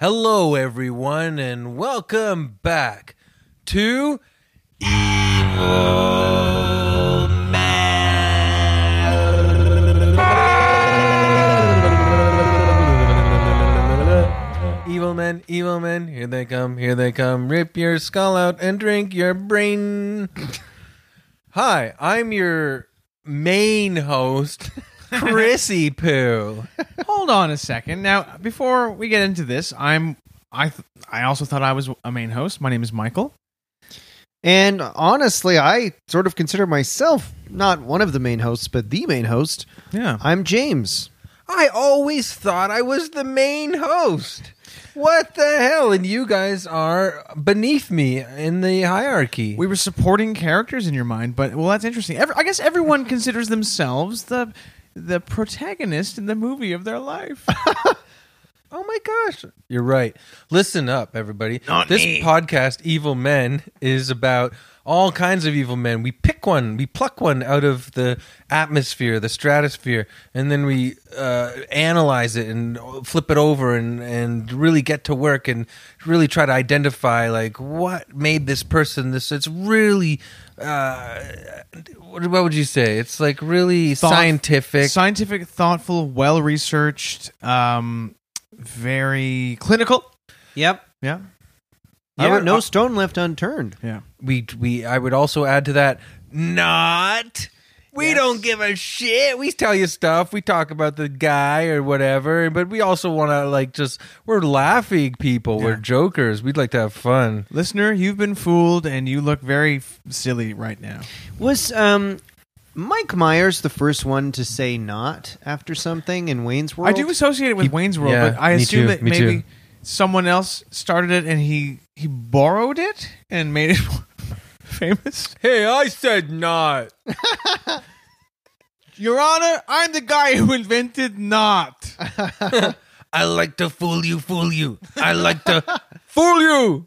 Hello, everyone, and welcome back to Evil Man. Evil men, evil men, here they come, here they come. Rip your skull out and drink your brain. Hi, I'm your main host, Chrissy Poo. Hold on a second. Now, before we get into this, I'm I th- I also thought I was a main host. My name is Michael. And honestly, I sort of consider myself not one of the main hosts, but the main host. Yeah. I'm James. I always thought I was the main host. What the hell? And you guys are beneath me in the hierarchy. We were supporting characters in your mind, but well, that's interesting. Every, I guess everyone considers themselves the the protagonist in the movie of their life. oh my gosh. You're right. Listen up, everybody. Not this me. podcast, Evil Men, is about all kinds of evil men. We pick one, we pluck one out of the atmosphere, the stratosphere, and then we uh, analyze it and flip it over and, and really get to work and really try to identify like what made this person this. It's really. Uh, what what would you say? It's like really Thought- scientific. Scientific, thoughtful, well researched, um, very clinical. Yep. Yeah. Yeah, Yeah, no uh, I- stone left unturned. Yeah. we we I would also add to that not we Yes. don't give a shit. We tell you stuff. We talk about the guy or whatever, but we also want to like just we're laughing people. We're Yeah. jokers. We'd like to have fun. Listener, you've been fooled and you look very f- silly right now. Was um Mike Myers the first one to say not after something in Wayne's World? I do associate it with Wayne's World, yeah, but I me assume too, that me maybe too. someone else started it and he he borrowed it and made it famous. Hey, I said not. Your Honor, I'm the guy who invented not. I like to fool you, fool you. I like to fool you.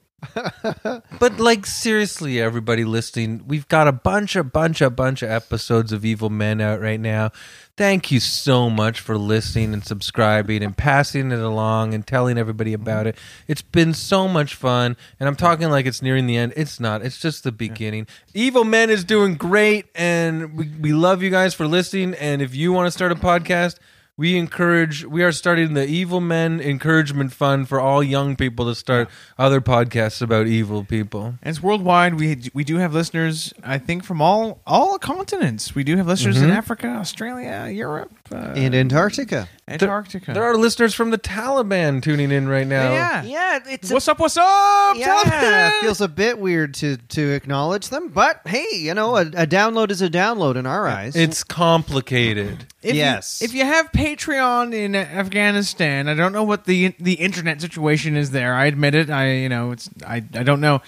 but like seriously, everybody listening, we've got a bunch, a bunch, a bunch of episodes of Evil Men out right now. Thank you so much for listening and subscribing and passing it along and telling everybody about it. It's been so much fun, and I'm talking like it's nearing the end. It's not. It's just the beginning. Evil Men is doing great, and we, we love you guys for listening. And if you want to start a podcast, we encourage we are starting the evil men encouragement fund for all young people to start other podcasts about evil people And it's worldwide. We we do have listeners, I think, from all all continents. We do have listeners Mm-hmm. in Africa, Australia, Europe, uh, And Antarctica. Antarctica. there are listeners from the taliban tuning in right now yeah. Yeah, it's What's up? What's up? yeah, Taliban? it feels a bit weird to to acknowledge them, but hey, you know, a, a download is a download in our eyes. it's complicated If you- Yes. if you have Patreon in Afghanistan, I don't know what the the internet situation is there. I admit it. I you know it's I I don't know.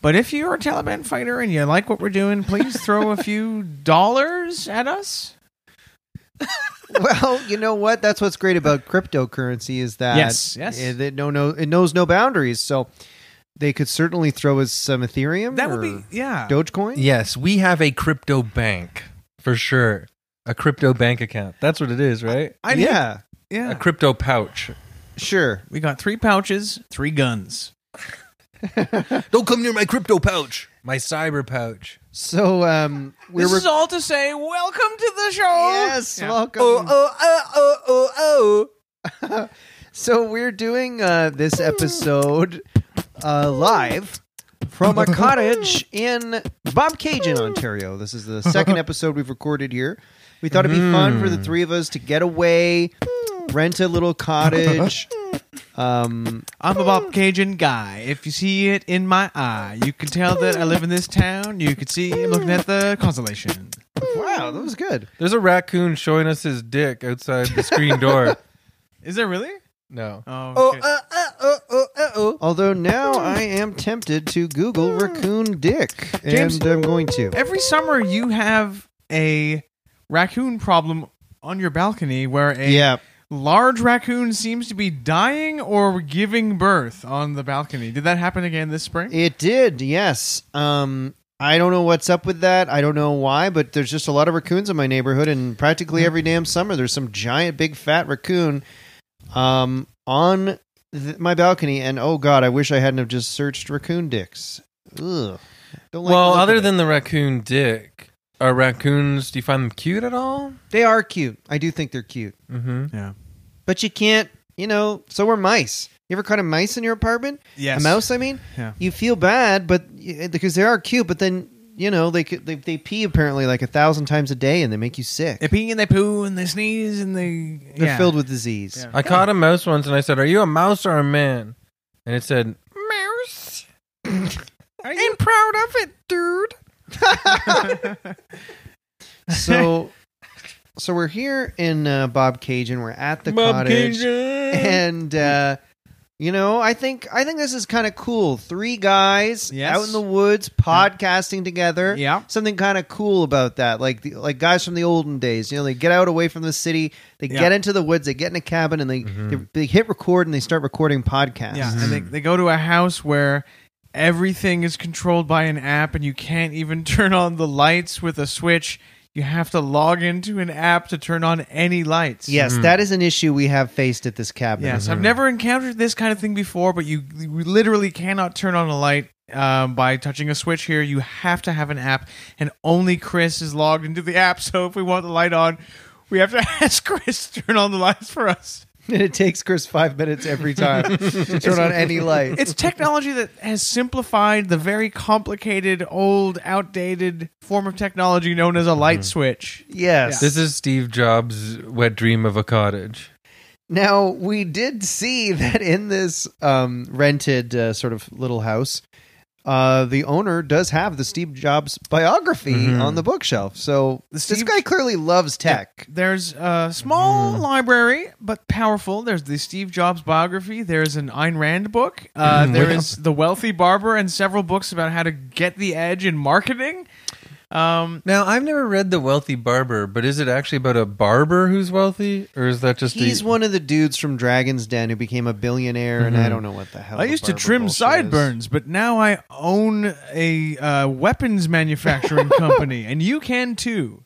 But if you're a Taliban fighter and you like what we're doing, please throw a few dollars at us. well, you know what? That's what's great about cryptocurrency is that Yes, yes. it, it no no it knows no boundaries. So they could certainly throw us some Ethereum. That would or be yeah. Dogecoin. yes we have a crypto bank for sure a crypto bank account that's what it is right I need- yeah, a yeah. crypto pouch sure. We got three pouches, three guns. don't come near my crypto pouch my cyber pouch So um, we're this is all to say, welcome to the show. yes, Yeah. welcome. oh oh oh oh oh So we're doing uh, this episode uh, live from a cottage in Bob Cajun, Ontario. This is the second episode we've recorded here. We thought it'd be fun for the three of us to get away, rent a little cottage. Um, I'm a Bob Cajun guy. If you see it in my eye, you can tell that I live in this town. You can see I'm looking at the constellation. wow, that was good. There's a raccoon showing us his dick outside the screen door. Is there really? No. Oh, okay. uh, uh, oh, oh, uh, oh. Although now I am tempted to Google raccoon dick, James- and I'm going to. every summer you have a raccoon problem on your balcony where a Yeah, large raccoon seems to be dying or giving birth on the balcony. Did that happen again this spring? it did. Yes. Um, I don't know what's up with that. I don't know why, but there's just a lot of raccoons in my neighborhood, and practically every damn summer there's some giant, big, fat raccoon um, on th- my balcony, and oh god, I wish I hadn't have just searched raccoon dicks. Ugh. Don't like well, the look other of it. than the raccoon dick, are raccoons? Do you find them cute at all? they are cute, I do think they're cute, Mm-hmm. but you can't. You know, so are mice. You ever caught a mice in your apartment? Yes. A mouse, I mean. Yeah. You feel bad, but eh, because they are cute, but then you know they could, they they pee apparently like a thousand times a day, and they make you sick. They pee and they poo and they sneeze and they. They're yeah. filled with disease. Yeah. I caught a mouse once, and I said, "Are you a mouse or a man?" And it said, "Mouse." Are you- I'm proud of it, dude. so so we're here in uh, Bob Cage and we're at the cottage and uh you know, I think I think this is kind of cool. Three guys Yes. out in the woods podcasting together. Yeah. Something kind of cool about that. Like the, like guys from the olden days, you know, they get out away from the city, they Yeah. get into the woods, they get in a cabin and they they, they hit record and they start recording podcasts. Yeah, and they, they go to a house where everything is controlled by an app, and you can't even turn on the lights with a switch. You have to log into an app to turn on any lights. Yes, that is an issue we have faced at this cabin. Yes, I've never encountered this kind of thing before, but you, you literally cannot turn on a light um, by touching a switch here. You have to have an app, and only Chris is logged into the app. So if we want the light on, we have to ask Chris to turn on the lights for us. And it takes Chris 5 minutes every time to turn on any light. It's technology that has simplified the very complicated, old, outdated form of technology known as a Mm-hmm. light switch. Yes. This is Steve Jobs' wet dream of a cottage. Now we did see that in this um, rented uh, sort of little house, uh, the owner does have the Steve Jobs biography on the bookshelf. So Steve- this guy clearly loves tech. There's a Mm-hmm. small library, but powerful. There's the Steve Jobs biography. There's an Ayn Rand book. Mm-hmm. Uh, there is The Wealthy Barber and several books about how to get the edge in marketing. Um, Now, I've never read The Wealthy Barber, but is it actually about a barber who's wealthy, or is that just He's a, one of the dudes from Dragon's Den who became a billionaire, and I don't know what the hell. Mm-hmm. I the used to barber trim bullshit is. sideburns, but now I own a uh, weapons manufacturing company, and you can too.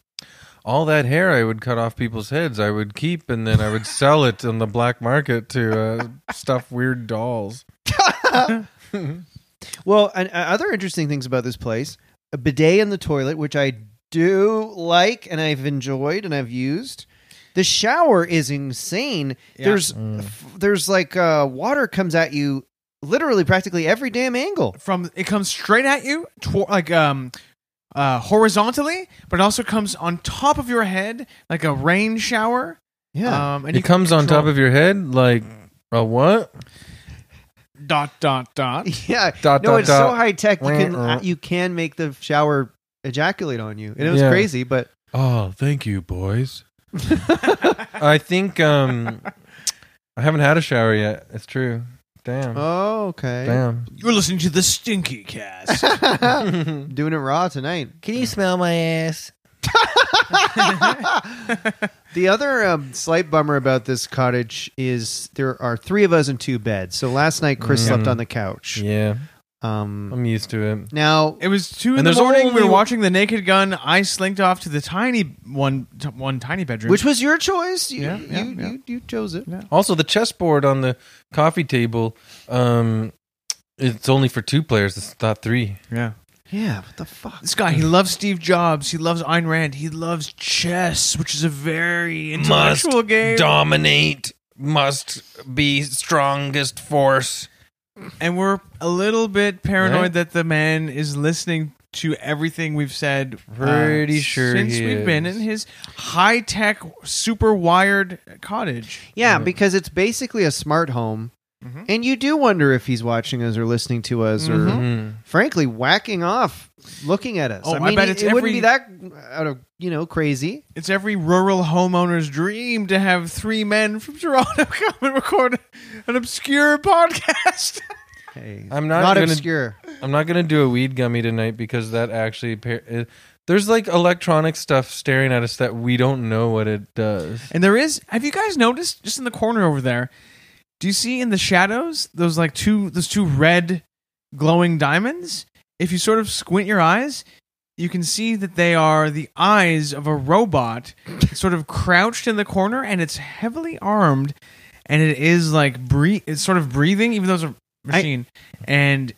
all that hair I would cut off people's heads? I would keep, and then I would sell it on the black market to uh, stuff weird dolls. Well, and uh, other interesting things about this place: a bidet in the toilet, which I do like, and I've enjoyed, and I've used. The shower is insane. Yeah. Mm. There's f- there's like uh, water comes at you literally practically every damn angle. from it comes straight at you tw- like um uh horizontally but it also comes on top of your head like a rain shower um and it comes on top of your head like a what? your dot dot dot Um, yeah. Dot, no, dot, it's so dot. high tech. You can Uh-uh. uh, you can make the shower ejaculate on you, and it was Yeah. crazy. But Oh, thank you, boys. I think um, I haven't had a shower yet. It's true. Mm. Damn. oh, okay, Damn. you're listening to the stinky cast doing it raw tonight. Can you smell my ass? The other um, slight bummer about this cottage is there are three of us in two beds. So last night Chris Mm. Mm-hmm. slept on the couch. Yeah, Um, I'm used to it. now, it was two in And the there's morning we only- were watching the naked gun i slinked off to the tiny one t- one tiny bedroom which was your choice? You, Yeah, you, yeah, yeah. you you chose it. Also, the chessboard on the coffee table, um, it's only for two players. It's not three. yeah Yeah, what the fuck? this guy he loves steve jobs he loves Ayn rand he loves chess which is a very Must intellectual game Dominate must be strongest force. And we're a little bit paranoid Right? that the man is listening to everything we've said. uh, Pretty sure since he we've been is. in his high tech, super wired cottage. Yeah, because it's basically a smart home. And you do wonder if he's watching us or listening to us or, Mhm. frankly, whacking off, looking at us. I Mm-hmm. Oh, I mean, bet it, it's it wouldn't be every- that out of you know crazy. It's every rural homeowner's dream to have three men from Toronto come and record an obscure podcast. Hey, I'm not gonna- obscure. I'm not gonna do a weed gummy tonight because that actually par- uh, there's like electronic stuff staring at us that we don't know what it does. and there is, have you guys noticed just in the corner over there? Do you see in the shadows those like two those two red glowing diamonds? If you sort of squint your eyes, you can see that they are the eyes of a robot sort of crouched in the corner and it's heavily armed and it is like breathe. It's sort of breathing, even though it's a machine, and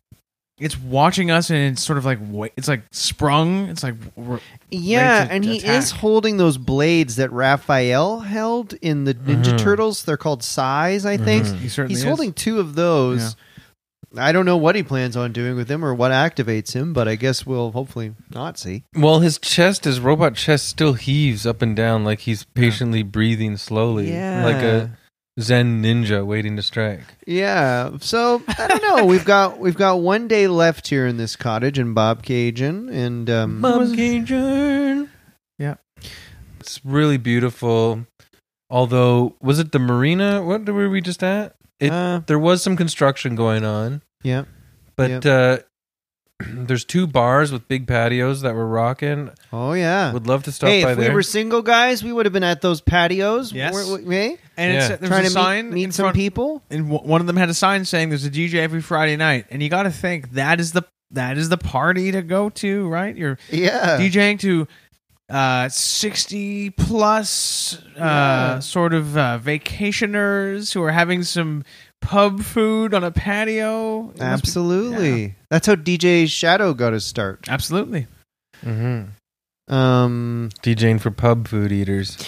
it's watching us, and it's sort of like wa- it's like sprung. It's like we're- Yeah, Ready to and he attack. is holding those blades that Raphael held in the Ninja Mhm. Turtles. They're called Sais, I think. Mhm. he Mm-hmm. certainly He's is. holding two of those. I don't know what he plans on doing with them or what activates him, but I guess we'll hopefully not see. Well, his chest, his robot chest, still heaves up and down like he's patiently breathing slowly, Yeah. like a Zen ninja waiting to strike. Yeah. So I don't know. we've got we've got one day left here in this cottage in Bob Cajun, and um, Bob Cajun. Yeah. It's really beautiful. Although, was it the marina? What were we just at? It, uh, there was some construction going on, yeah. but uh, there's two bars with big patios that were rocking. Oh yeah. Would love to stop Hey, by if there. we were single guys, we would have been at those patios. Yes. We're- we- hey? and it's, Yeah. there's trying a to sign meet, meet in some front, people. and w- one of them had a sign saying there's a DJ every Friday night, and you got to think that is the that is the party to go to, right? You're Yeah. DJing to uh 60 plus uh Yeah. sort of uh, vacationers who are having some pub food on a patio It must be- Absolutely. That's how DJ Shadow got his start. absolutely mm-hmm. Um, DJing for pub food eaters.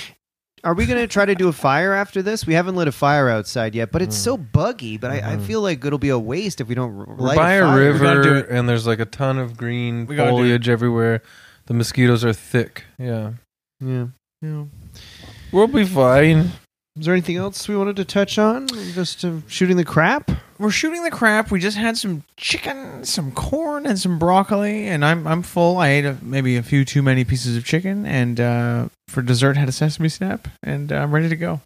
are we going to try to do a fire after this? We haven't lit a fire outside yet, but it's so buggy. But I, I Mhm. feel like it'll be a waste if we don't r- We're light by Hmm. a a fire. gotta do river, it. and there's like a ton of green We gotta do foliage everywhere. The mosquitoes are thick. Yeah, Yeah. yeah. we'll be fine. Is there anything else we wanted to touch on? Just uh, shooting the crap. we're shooting the crap we just had some chicken some corn and some broccoli and i'm i'm full i ate a, maybe a few too many pieces of chicken and uh for dessert had a sesame snap and uh, i'm ready to go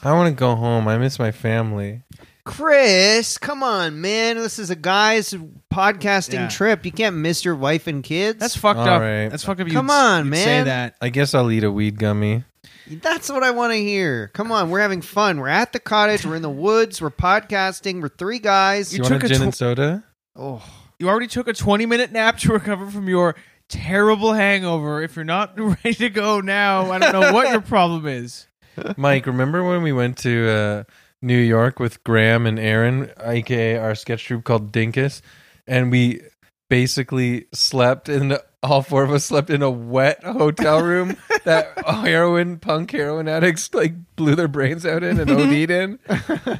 I want to go home. I miss my family. Chris, come on, man! This is a guy's podcasting Yeah. trip. You can't miss your wife and kids. that's fucked All up right. that's fucked up Come you'd s- on, you'd say man. that I guess I'll eat a weed gummy. That's what I want to hear. Come on, we're having fun. We're at the cottage. We're in the woods. We're podcasting. We're three guys. Do You you want took a a gin tw- and soda? Oh, you already took a 20 minute nap to recover from your terrible hangover. If you're not ready to go now, I don't know what your problem is. Mike, remember when we went to uh, New York with Graham and Aaron, aka our sketch troupe called Dinkus, and we basically slept in all four of us slept in a wet hotel room that heroin punk heroin addicts like blew their brains out in and OD'd in.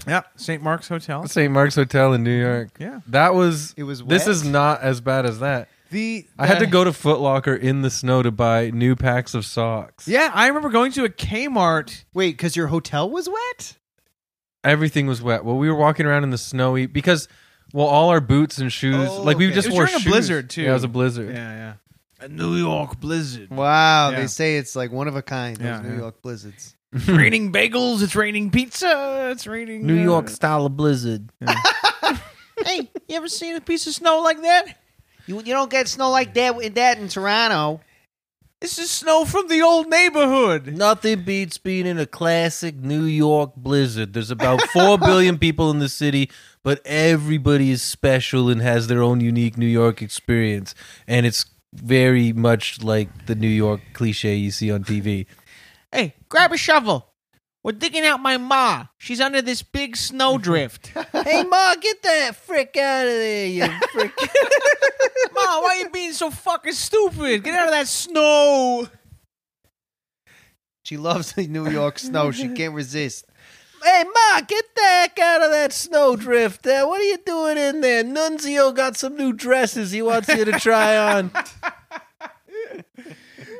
Yeah, St. Mark's Hotel. St. Mark's Hotel in New York. Yeah. That was it was. Wet. this is not as bad as that. The I had to go to Foot Locker in the snow to buy new packs of socks. Yeah, I remember going to a Kmart. Wait, because your hotel was wet? Everything was wet. Well, we were walking around in the snowy because well, all our boots and shoes Oh, like we okay. just It was wore during a shoes. blizzard, too. Yeah, it was a blizzard. yeah. A New York blizzard. Wow, Yeah. they say it's like one of a kind. Those Yeah, New yeah. York blizzards. It's raining bagels, it's raining pizza, it's raining uh, style blizzard. Hey, you ever seen a piece of snow like that? You you don't get snow like that in that in Toronto. This is snow from the old neighborhood. Nothing beats being in a classic New York blizzard. There's about 4 billion people in the city, but everybody is special and has their own unique New York experience. And it's very much like the New York cliche you see on TV. Hey, grab a shovel. We're digging out my ma. She's under this big snowdrift. hey, Ma, get that frick out of there, you frick. Mom, why are you being so fucking stupid? Get out of that snow. She loves the New York snow. She can't resist. hey, Ma, get the heck out of that snowdrift. Uh, what are you doing in there? Nunzio got some new dresses he wants you to try on.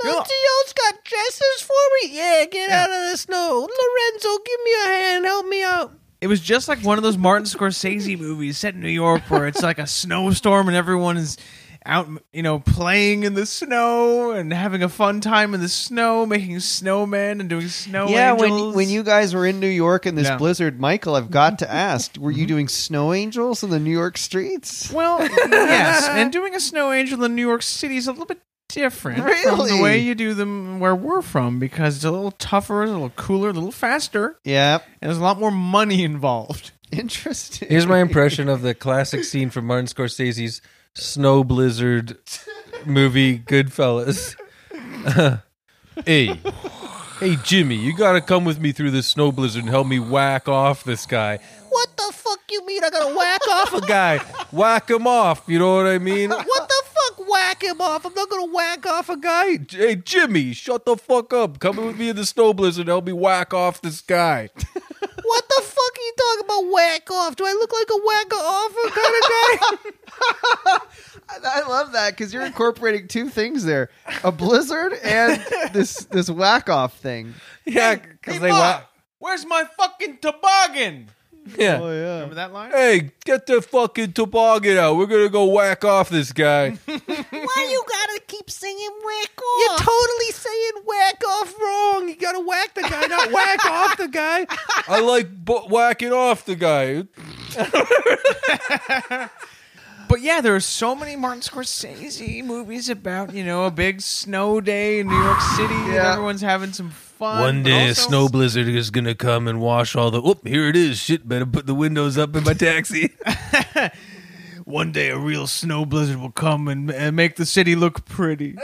Nunzio's got dresses for me? Yeah, get out of the snow. Lorenzo, give me a hand. Help me out. It was just like one of those Martin Scorsese movies set in New York where it's like a snowstorm and everyone is out, you know, playing in the snow and having a fun time in the snow, making snowmen and doing snow yeah, when angels. when you guys were in New York in this Yeah. blizzard, Michael, I've got to ask, were you doing snow angels in the New York streets? Well, yes, and doing a snow angel in New York City is a little bit different from Really? the way you do them where we're from because it's a little tougher, a little cooler, a little faster, Yeah, and there's a lot more money involved. interesting. Here's my impression of the classic scene from Martin Scorsese's Snow Blizzard movie Goodfellas. hey, Hey, Jimmy, you gotta come with me through this snow blizzard and help me whack off this guy. What the fuck you mean I gotta whack off a guy? Whack him off, you know what I mean? What the fuck whack him off? I'm not gonna whack off a guy. J- Hey, Jimmy, shut the fuck up. Come with me in the snow blizzard and help me whack off this guy. What the fuck are you talking about whack off? Do I look like a whack off kind of guy? I love that because you're incorporating two things there: a blizzard and this this whack off thing. yeah, because Hey, they Ma, whack. Where's my fucking toboggan? Oh, Yeah. yeah. Remember that line? Hey, get the fucking toboggan out. We're gonna go whack off this guy. Why you gotta keep singing whack You're off? totally saying whack off wrong. You gotta whack the guy, not whack off the guy. I like b- whacking off the guy. But yeah, there are so many Martin Scorsese movies about you know a big snow day in New York City and Yeah. everyone's having some fun. One but day, a also- snow blizzard is gonna come and wash all the. Oop, here it is. Shit, better put the windows up in my taxi. One day, a real snow blizzard will come and, and make the city look pretty.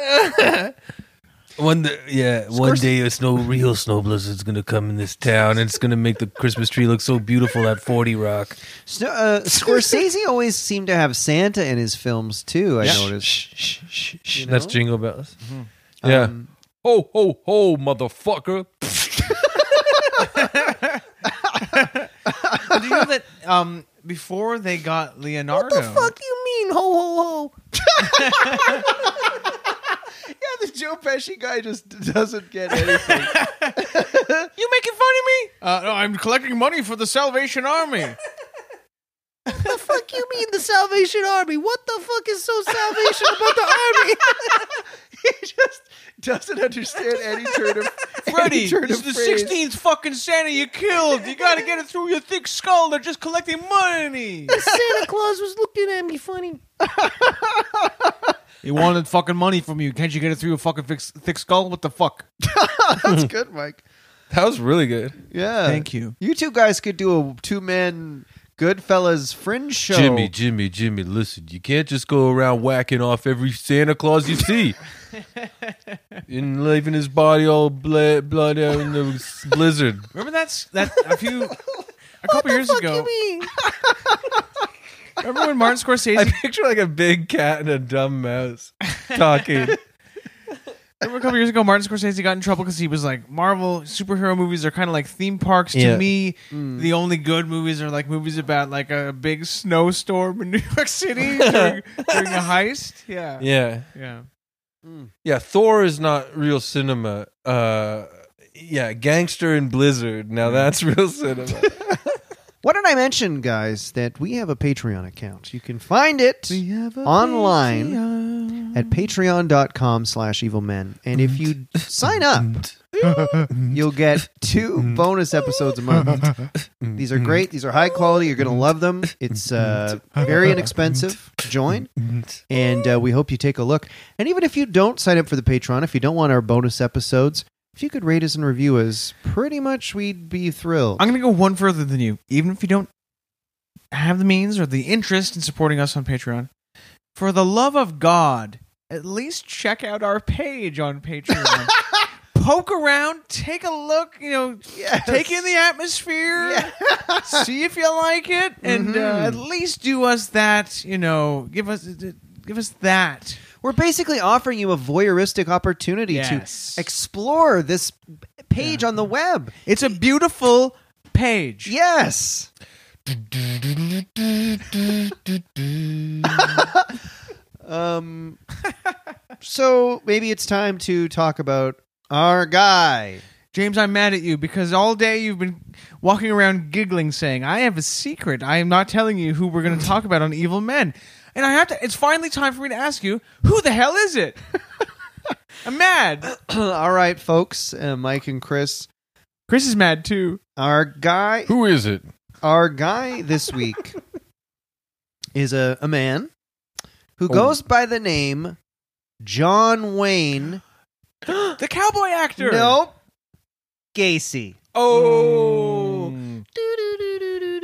One day, yeah, one day a snow real snow blizzard's gonna come in this town, and it's gonna make the Christmas tree look so beautiful at Forty Rock. Snow, uh, Scorsese always seemed to have Santa in his films too. I noticed. You know? That's Jingle Bells. Yeah. Um, ho ho ho, motherfucker! Do you know that um, before they got Leonardo? What the fuck you mean, ho ho ho? yeah, the Joe Pesci guy just doesn't get anything. You making fun of me? Uh, no, I'm collecting money for the Salvation Army. The fuck you mean the Salvation Army? What the fuck is so salvation about the army? he just doesn't understand any turn of Freddy, any turn it's of the phrase. sixteenth fucking Santa you killed. You gotta get it through your thick skull. They're just collecting money. Santa Claus was looking at me funny. He wanted fucking money from you. Can't you get it through your fucking thick, thick skull? What the fuck? That's good, Mike. That was really good. Yeah, Thank you. You two guys could do a two man Goodfellas fringe show. Jimmy, Jimmy, Jimmy, listen, you can't just go around whacking off every Santa Claus you see. and leaving his body all bla- blood out in the s- blizzard. Remember that's that a few a couple years Fuck you ago. mean? Remember when Martin I Scorsese? picture like a big cat and a dumb mouse talking. remember a couple years ago, Martin Scorsese got in trouble because he was like, "Marvel superhero movies are kind of like theme parks to Yeah. me. Mm. The only good movies are like movies about like a big snowstorm in New York City during, during a heist." Yeah, yeah. yeah. Yeah, Thor is not real cinema. Uh yeah, Gangster and Blizzard. Now that's real cinema. What did I mention, guys, that we have a Patreon account? You can find it online at patreon.com slash evil men. And if you sign up, Mm. you'll get two bonus episodes a month. Mm. These are great. These are high quality. You're going to love them. It's uh, very inexpensive to join. Mm. And uh, we hope you take a look. And even if you don't sign up for the Patreon, if you don't want our bonus episodes, if you could rate us and review us, pretty much we'd be thrilled. I'm going to go one further than you. Even if you don't have the means or the interest in supporting us on Patreon, for the love of God, at least check out our page on Patreon. Poke around, take a look, you know, Yes. take in the atmosphere, see if you like it, and uh, Mhm. at least do us that, you know, give us give us that. We're basically offering you a voyeuristic opportunity Yes. to explore this page on the web. It's a beautiful page. Yes. um so maybe it's time to talk about our guy. James, I'm mad at you because all day you've been walking around giggling, saying, "I have a secret. I am not telling you who we're going to talk about on Evil Men." And I have to. It's finally time for me to ask you, who the hell is it? I'm mad. All right, folks, uh, Mike and Chris, Chris is mad too. our guy Who is it? our guy this week is a, a man who goes by the name John Wayne The cowboy actor. Nope. Gacy. Oh.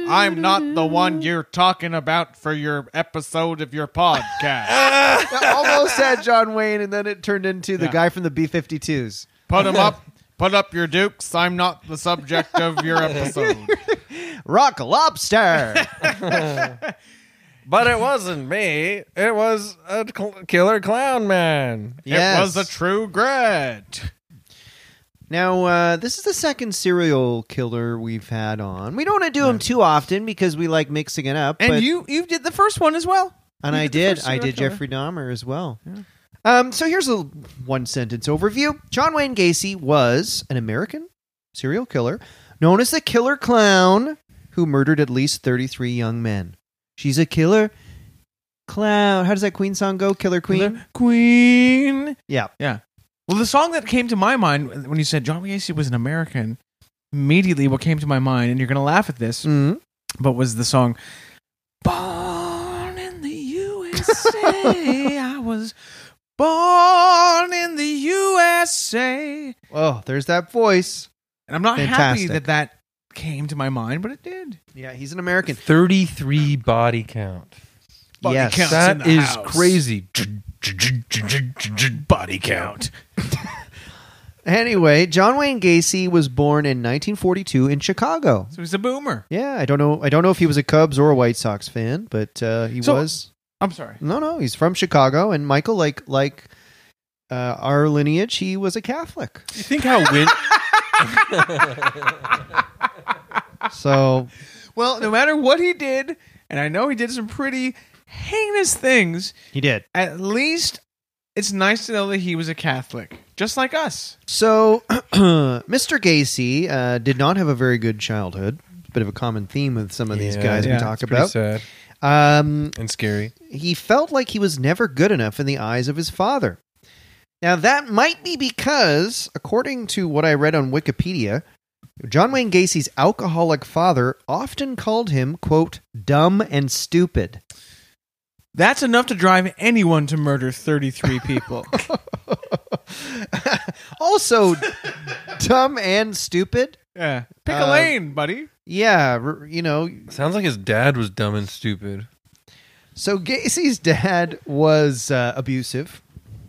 I'm not the one you're talking about for your episode of your podcast. I almost said John Wayne, and then it turned into the Yeah. guy from the B 52s. Put him up. Put up your dukes. I'm not the subject of your episode. Rock Lobster. But it wasn't me. It was a cl- killer clown man. yes. It was a true grit. Now, uh, this is the second serial killer we've had on. We don't want to do them too often because we like mixing it up. And but- you you did the first one as well. and you I did the did, first I serial did killer. Jeffrey Dahmer as well. Um, so here's a one sentence overview. John Wayne Gacy was an American serial killer known as the Killer Clown, who murdered at least 33 young men. She's a killer clown. How does that Queen song go? Killer Queen. The Queen. Yeah. Yeah. Well, the song that came to my mind when you said John Gacy was an American, immediately what came to my mind, and you're going to laugh at this, Mm. but was the song Born in the USA. I was born in the USA. Oh, there's that voice. And I'm not Fantastic. happy that that came to my mind, but it did. Yeah, he's an American. 33 body count. Body Yes. counts in That the is house. crazy. Body count. Anyway, John Wayne Gacy was born in 1942 in Chicago. So he's a boomer. Yeah, I don't know. I don't know if he was a Cubs or a White Sox fan, but uh, he So- was. I'm sorry. No, no, he's from Chicago. And Michael, like like uh, our lineage, he was a Catholic. You think how win? So Well, no matter what he did, and I know he did some pretty heinous things, he did. at least it's nice to know that he was a Catholic, just like us. So Mr. Gacy uh, did not have a very good childhood. Bit of a common theme with some of these guys we talk about. Sad Um, and scary. he felt like he was never good enough in the eyes of his father. Now, that might be because, according to what I read on Wikipedia, John Wayne Gacy's alcoholic father often called him, quote, dumb and stupid. That's enough to drive anyone to murder 33 people. also, dumb and stupid? yeah. Pick a Uh, lane, buddy. Yeah, r- you know. Sounds like his dad was dumb and stupid. So, Gacy's dad was uh, abusive.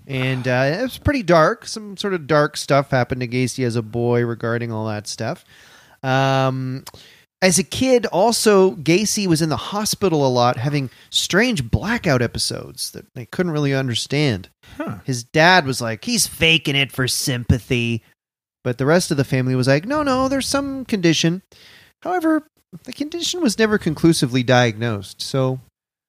And uh, it was pretty dark. Some sort of dark stuff happened to Gacy as a boy regarding all that stuff. Um, as a kid, also Gacy was in the hospital a lot, having strange blackout episodes that they couldn't really understand. Huh. His dad was like, "He's faking it for sympathy," but the rest of the family was like, "No, no, there's some condition." However, the condition was never conclusively diagnosed. So,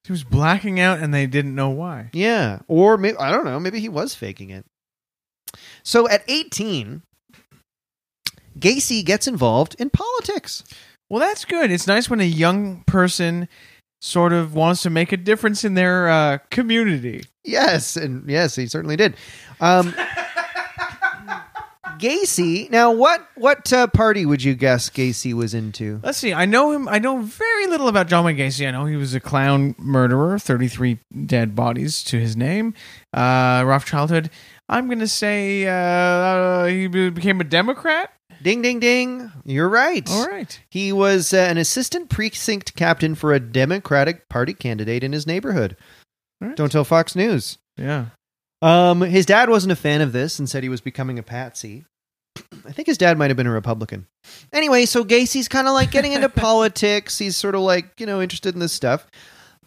He was blacking out and they didn't know why. yeah, or maybe I don't know. Maybe he was faking it. So at 18, Gacy gets involved in politics. Well, that's good. It's nice when a young person sort of wants to make a difference in their uh, community. Yes, and yes, he certainly did. Um, Gacy. Now, what what uh, party would you guess Gacy was into? Let's see. I know him. I know very little about John Wayne Gacy. I know he was a clown murderer, thirty-three dead bodies to his name. Uh, rough childhood. I'm gonna say uh, he be- became a Democrat. Ding, ding, ding! You're right. All right. He was uh, an assistant precinct captain for a Democratic Party candidate in his neighborhood. All right. Don't tell Fox News. Yeah. Um, his dad wasn't a fan of this and said he was becoming a patsy. I think his dad might have been a Republican. Anyway, so Gacy's kind of like getting into politics. He's sort of like, you know, interested in this stuff.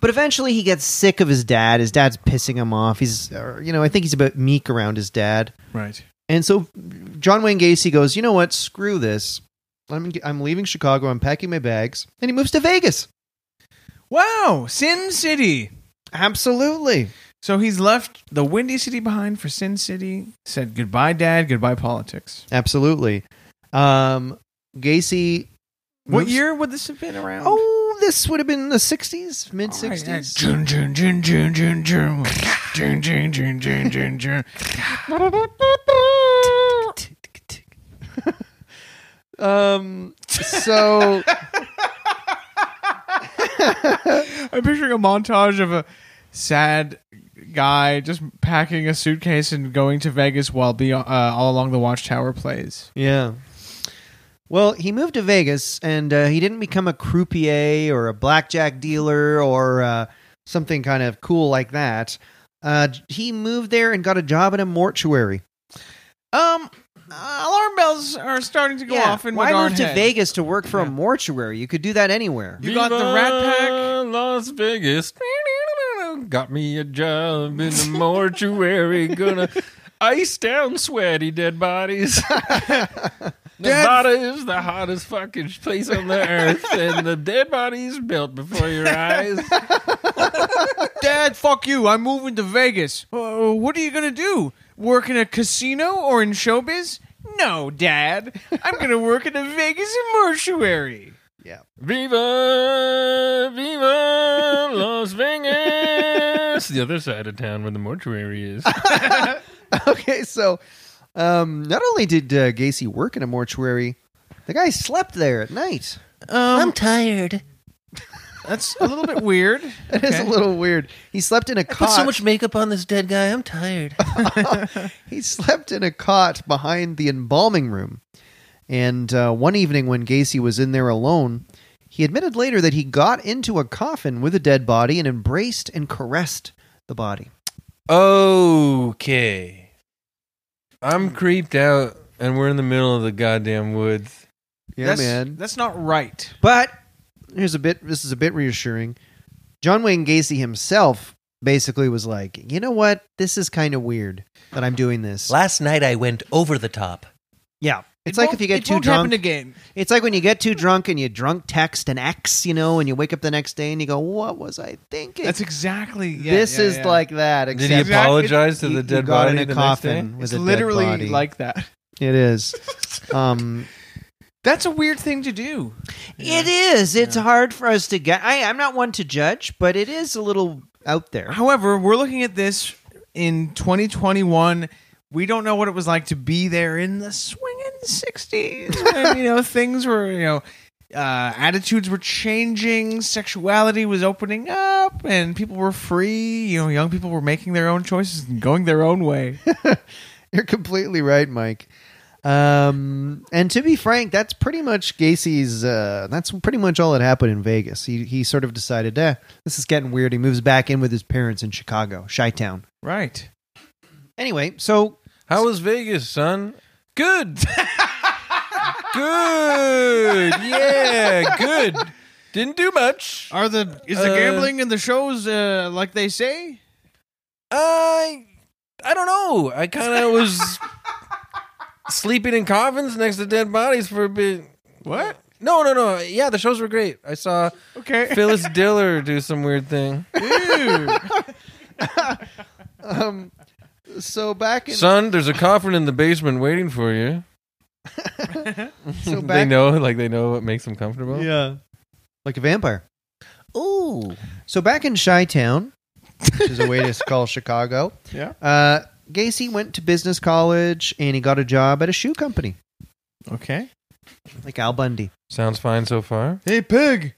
But eventually he gets sick of his dad. His dad's pissing him off. He's, or, you know, I think he's a bit meek around his dad. Right. And so John Wayne Gacy goes, you know what? Screw this. I'm, I'm leaving Chicago. I'm packing my bags. And he moves to Vegas. Wow. Sin City. Absolutely. So he's left the Windy City behind for Sin City. Said goodbye, Dad. Goodbye, politics. Absolutely. Um, Gacy. What moves- year would this have been around? Oh, this would have been the 60s, mid 60s. Jun jun jun jun jun jun jun jun jun jun jun jun. Um, so I'm picturing a montage of a sad guy just packing a suitcase and going to Vegas while be uh, all along the Watchtower plays. yeah. Well, he moved to Vegas, and uh, he didn't become a croupier or a blackjack dealer or uh, something kind of cool like that. Uh, he moved there and got a job in a mortuary. Um, uh, alarm bells are starting to go off in Why Bedard move to Head. Vegas to work for a mortuary? You could do that anywhere. You got the Rat Pack. Viva Las Vegas. Got me a job in the mortuary. Gonna ice down sweaty dead bodies. Nevada is the hottest fucking place on the earth, and the dead bodies melt before your eyes. Dad, fuck you. I'm moving to Vegas. Uh, what are you going to do? Work in a casino or in showbiz? No, Dad. I'm going to work in a Vegas mortuary. Viva, viva Las Vegas. The other side of town where the mortuary is. Okay, so um, not only did uh, Gacy work in a mortuary, the guy slept there at night. Um, I'm tired. that's a little bit weird. That is a little weird. He slept in a Put cot. so much makeup on this dead guy. I'm tired. He slept in a cot behind the embalming room. And uh, one evening when Gacy was in there alone, he admitted later that he got into a coffin with a dead body and embraced and caressed the body. Okay. Hmm. I'm creeped out, and we're in the middle of the goddamn woods. Yeah, that's, man. That's not right. But here's a bit. This is a bit reassuring. John Wayne Gacy himself basically was like, you know what? This is kind of weird that I'm doing this. Last night I went over the top. Yeah, it's It like won't- if you get it too won't drunk. Happen again. It's like when you get too drunk and you drunk text an ex, you know, and you wake up the next day and you go, "What was I thinking?" That's exactly. Yeah, this yeah, is yeah. like that. Did he Except apologize to you- the you dead got body in a the coffin next day? with It's a dead literally body. like that. it is. Um, That's a weird thing to do. It is. It's hard for us to get. I, I'm not one to judge, but it is a little out there. However, we're looking at this in 2021. We don't know what it was like to be there in the swinging 60s. When, you know, things were, you know, uh, attitudes were changing, sexuality was opening up, and people were free. You know, young people were making their own choices and going their own way. You're completely right, Mike. Um, and to be frank, that's pretty much Gacy's. Uh, that's pretty much all that happened in Vegas. He he sort of decided, eh, this is getting weird. He moves back in with his parents in Chicago, Chi Town. right. Anyway, so How was Vegas, son? Good. good. Yeah, good. Didn't do much. Are the is the gambling in the shows uh, like they say? I I don't know. I kind of was sleeping in coffins next to dead bodies for a bit. What? No, no, no. Yeah, the shows were great. I saw Okay. Phyllis Diller do some weird thing. um, so back in Son, there's a coffin in the basement waiting for you. so they back know, like they know what makes them comfortable. yeah, like a vampire. Ooh. So back in Chi Town, which is a way to call Chicago. Yeah. Uh, Gacy went to business college and he got a job at a shoe company, Okay. like Al Bundy. Sounds fine so far. Hey, Pig!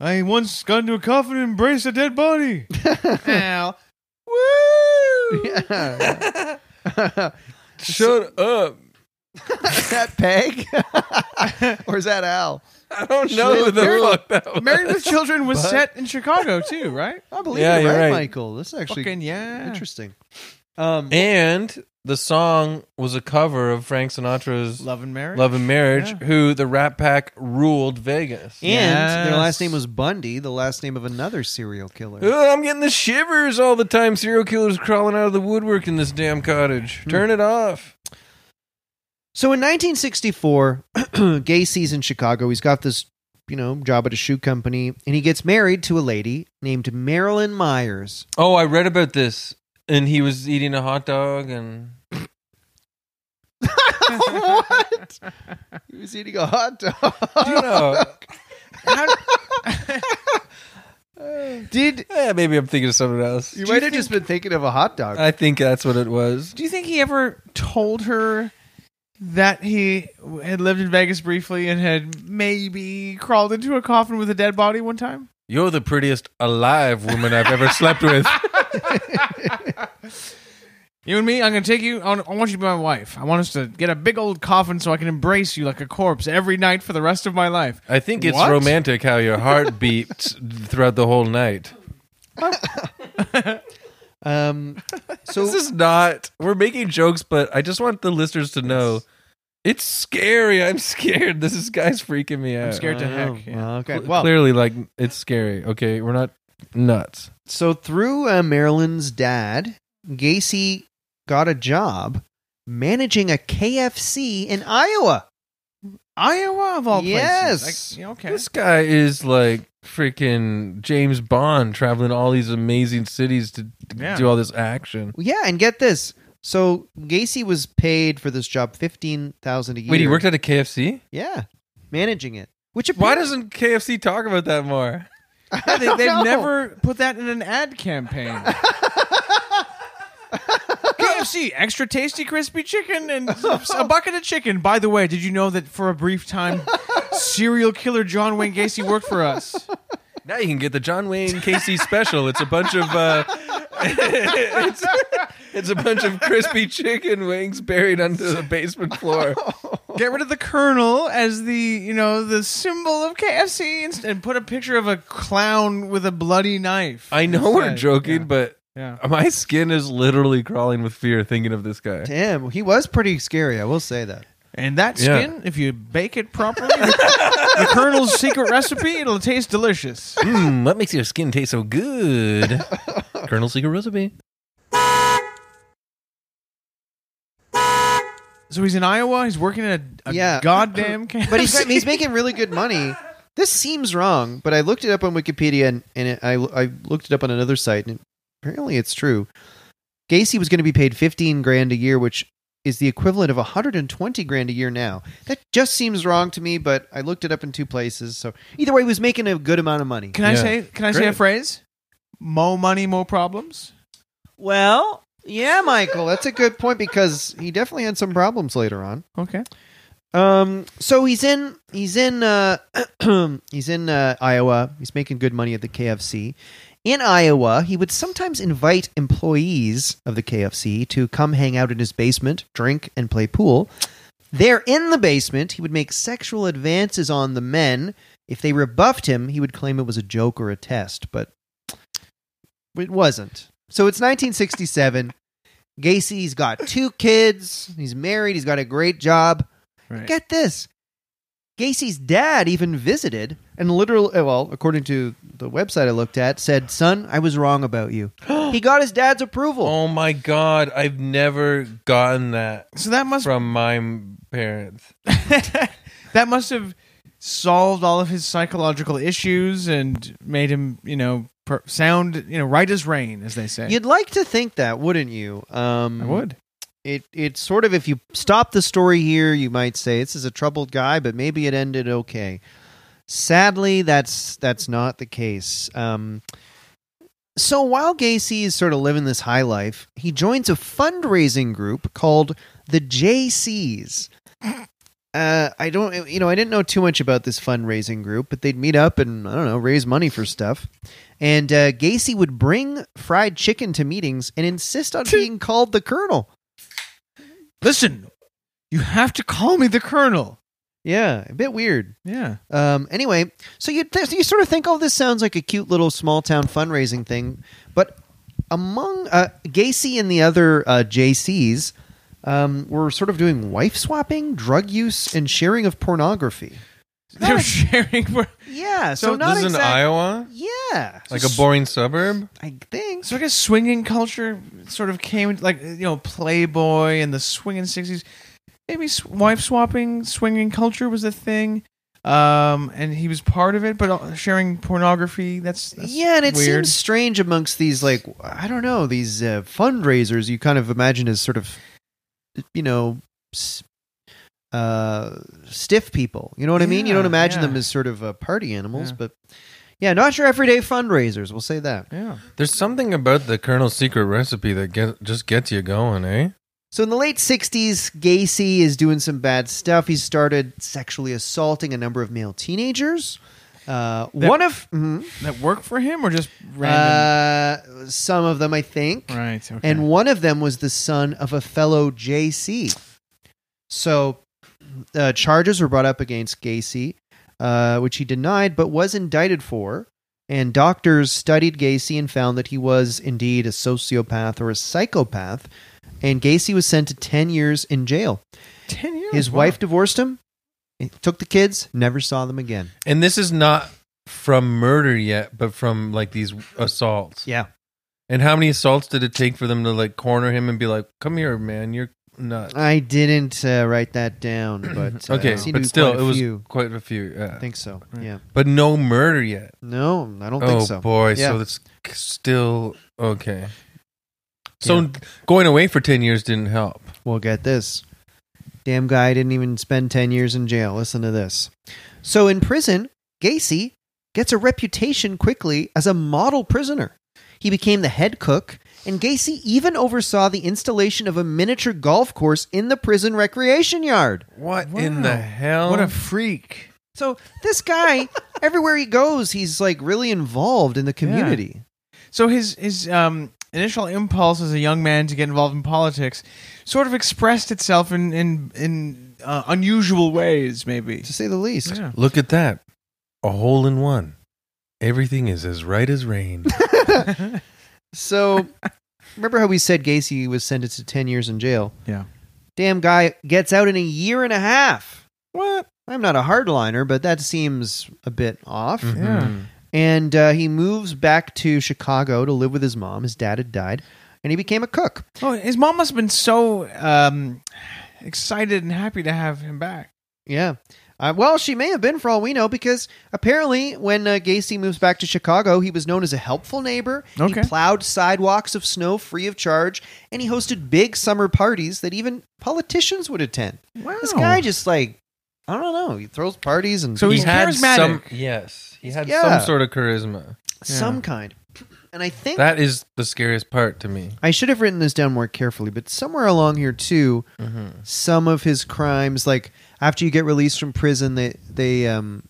I once got into a coffin and embraced a dead body. Al. Woo! Yeah. Shut up. is that Peg? or is that Al? I don't know who the fuck Shut that was. Married with Children was But- set in Chicago, too, right? I believe Yeah, you're you're right, right. Michael. This is actually Fucking yeah. interesting. Um, And the song was a cover of Frank Sinatra's Love, Love and marriage. and Marriage, Yeah. who the Rat Pack ruled Vegas. and their Yes. last name was Bundy, the last name of another serial killer. Ugh, I'm getting the shivers all the time. Serial killers crawling out of the woodwork in this damn cottage. Turn it off. So in 1964, Gacy's in Chicago. He's got this, you know, job at a shoe company, and he gets married to a lady named Marilyn Myers. Oh, I read about this, and he was eating a hot dog, and what? He was eating a hot I don't dog. know. Did yeah, eh, maybe I'm thinking of something else. you might have just been thinking of a hot dog? I think that's what it was. Do you think he ever told her that he had lived in Vegas briefly and had maybe crawled into a coffin with a dead body one time? You're the prettiest alive woman I've ever slept with. You and me, I'm gonna take you. I want I want you to be my wife. I want us to get a big old coffin so I can embrace you like a corpse every night for the rest of my life. I think it's What? romantic how your heart beats throughout the whole night. Um, so Um, This is not. We're making jokes, but I just want the listeners to know It's scary. I'm scared. This is guy's freaking me out. I'm scared to Oh, heck. Yeah. well, okay. Cl- Well, Clearly, like it's scary. Okay, we're not nuts. so through uh, Marilyn's dad, Gacy got a job managing a KFC in Iowa. Iowa of all Yes. places. Like, yeah, okay. This guy is like freaking James Bond, traveling all these amazing cities to to Yeah. do all this action. Yeah, and get this. So Gacy was paid for this job fifteen thousand a year. Wait, he worked at a KFC. yeah, managing it. Which Why appears- doesn't KFC talk about that more? Yeah, they, they've know. never put that in an ad campaign. KFC extra tasty crispy chicken and a bucket of chicken. By the way, did you know that for a brief time, serial killer John Wayne Gacy worked for us? Now you can get the John Wayne Casey special. It's a bunch of uh, it's, it's a bunch of crispy chicken wings buried under the basement floor. Get rid of the colonel as the you know the symbol of KFC and, and put a picture of a clown with a bloody knife. I know we're Right, joking, yeah. but yeah. my skin is literally crawling with fear thinking of this guy. Damn, he was pretty scary. I will say that. And that Yeah. skin, if you bake it properly, the colonel's secret recipe, it'll taste delicious. Mmm, what makes your skin taste so good? Colonel Secret Recipe. So he's in Iowa. He's working at a, a Yeah. goddamn camp. But he's he's making really good money. This seems wrong, but I looked it up on Wikipedia and, and it, I I looked it up on another site and apparently it's true. Gacy was going to be paid 15 grand a year, which is the equivalent of 120 grand a year now. That just seems wrong to me, but I looked it up in two places. So either way, he was making a good amount of money. Can I Yeah. say? Can I say a Great. phrase? Mo money, mo problems. Well, yeah, Michael, that's a good point because he definitely had some problems later on. Okay. Um, so he's in he's in uh, he's in uh, Iowa. He's making good money at the KFC. In Iowa, he would sometimes invite employees of the KFC to come hang out in his basement, drink, and play pool. There in the basement, he would make sexual advances on the men. If they rebuffed him, he would claim it was a joke or a test, but it wasn't. So it's 1967. Gacy's got two kids. He's married. He's got a great job. Right. Get this. Gacy's dad even visited and literally, well, according to the website I looked at, said, Son, I was wrong about you. he got his dad's approval. Oh my god, I've never gotten that so that must from my m- parents. that must have solved all of his psychological issues and made him, you know, per- sound, you know, right as rain, as they say. You'd like to think that, wouldn't you? Um, I would. It, it's sort of, if you stop the story here, you might say, This is a troubled guy, but maybe it ended okay. Sadly, that's that's not the case. Um, so while Gacy is sort of living this high life, he joins a fundraising group called the JCs. Uh, I don't, you know, I didn't know too much about this fundraising group, but they'd meet up and I don't know, raise money for stuff. And uh, Gacy would bring fried chicken to meetings and insist on being called the Colonel. Listen, you have to call me the colonel. Yeah, a bit weird. Yeah. Um, anyway, so you th- you sort of think, oh, this sounds like a cute little small town fundraising thing, but among uh, Gacy and the other uh, JCs um, were sort of doing wife swapping, drug use, and sharing of pornography. They were sharing. for- Yeah, so, So not this is in exact- Iowa? Yeah, Like a boring suburb? I think. So I guess swinging culture sort of came like you know Playboy and the swinging sixties. Maybe s- wife swapping, swinging culture was a thing, um, and he was part of it. But uh, sharing pornography—that's that's yeah, and it weird. seems strange amongst these like I don't know these uh, fundraisers you kind of imagine as sort of you know s- uh, stiff people. You know what I mean? You don't Yeah, imagine them yeah. as sort of uh, party animals, Yeah. but yeah, not your everyday fundraisers. We'll say that. yeah. There's something about the Colonel's Secret Recipe that get, just gets you going, eh? So in the late 60s, Gacy is doing some bad stuff. He started sexually assaulting a number of male teenagers. Uh, one of mhm. That worked for him, or just random? uh, some of them, I think. right. Okay. and one of them was the son of a fellow JC. So uh, charges were brought up against Gacy, uh, which he denied but was indicted for. And doctors studied Gacy and found that he was indeed a sociopath or a psychopath. And Gacy was sent to 10 years in jail. ten Oh, years. His Wow. wife divorced him, he took the kids, never saw them again. And this is not from murder yet, but from like these assaults. Yeah. And how many assaults did it take for them to like corner him and be like, "Come here, man, you're nuts." I didn't uh, write that down, but uh, okay, it seemed to but be still, quite it a was few. quite a few. Yeah. I think so. Right. Yeah. But no murder yet. No, I don't oh think so. boy, Yeah. so it's still okay. So going away for ten years didn't help. Well, get this. Damn guy didn't even spend 10 years in jail. Listen to this. So in prison, Gacy gets a reputation quickly as a model prisoner. He became the head cook, and Gacy even oversaw the installation of a miniature golf course in the prison recreation yard. What in Wow. the hell? What a freak. So this guy, everywhere he goes, he's like really involved in the community. So his his um, initial impulse as a young man to get involved in politics sort of expressed itself in in in uh, unusual ways, maybe. To say the least. Yeah. Look at that. A hole in one. Everything is as right as rain. So, remember how we said Gacy was sentenced to 10 years in jail? Yeah. Damn guy gets out in a year and a half. What? I'm not a hardliner, but that seems a bit off. Mhm. Yeah. And uh, he moves back to Chicago to live with his mom. His dad had died, and he became a cook. Oh, his mom must have been so um, excited and happy to have him back. Yeah. Uh, well, she may have been for all we know because apparently, when uh, Gacy moves back to Chicago, he was known as a helpful neighbor. Okay. He plowed sidewalks of snow free of charge, and he hosted big summer parties that even politicians would attend. Wow. This guy just like I don't know. He throws parties and Oh. So He he's had charismatic. some yes. He had Yeah. some sort of charisma. some Yeah. kind. And I think That is the scariest part to me. I should have written this down more carefully, but somewhere along here too, Mm-hmm. some of his crimes, like after you get released from prison, they they um,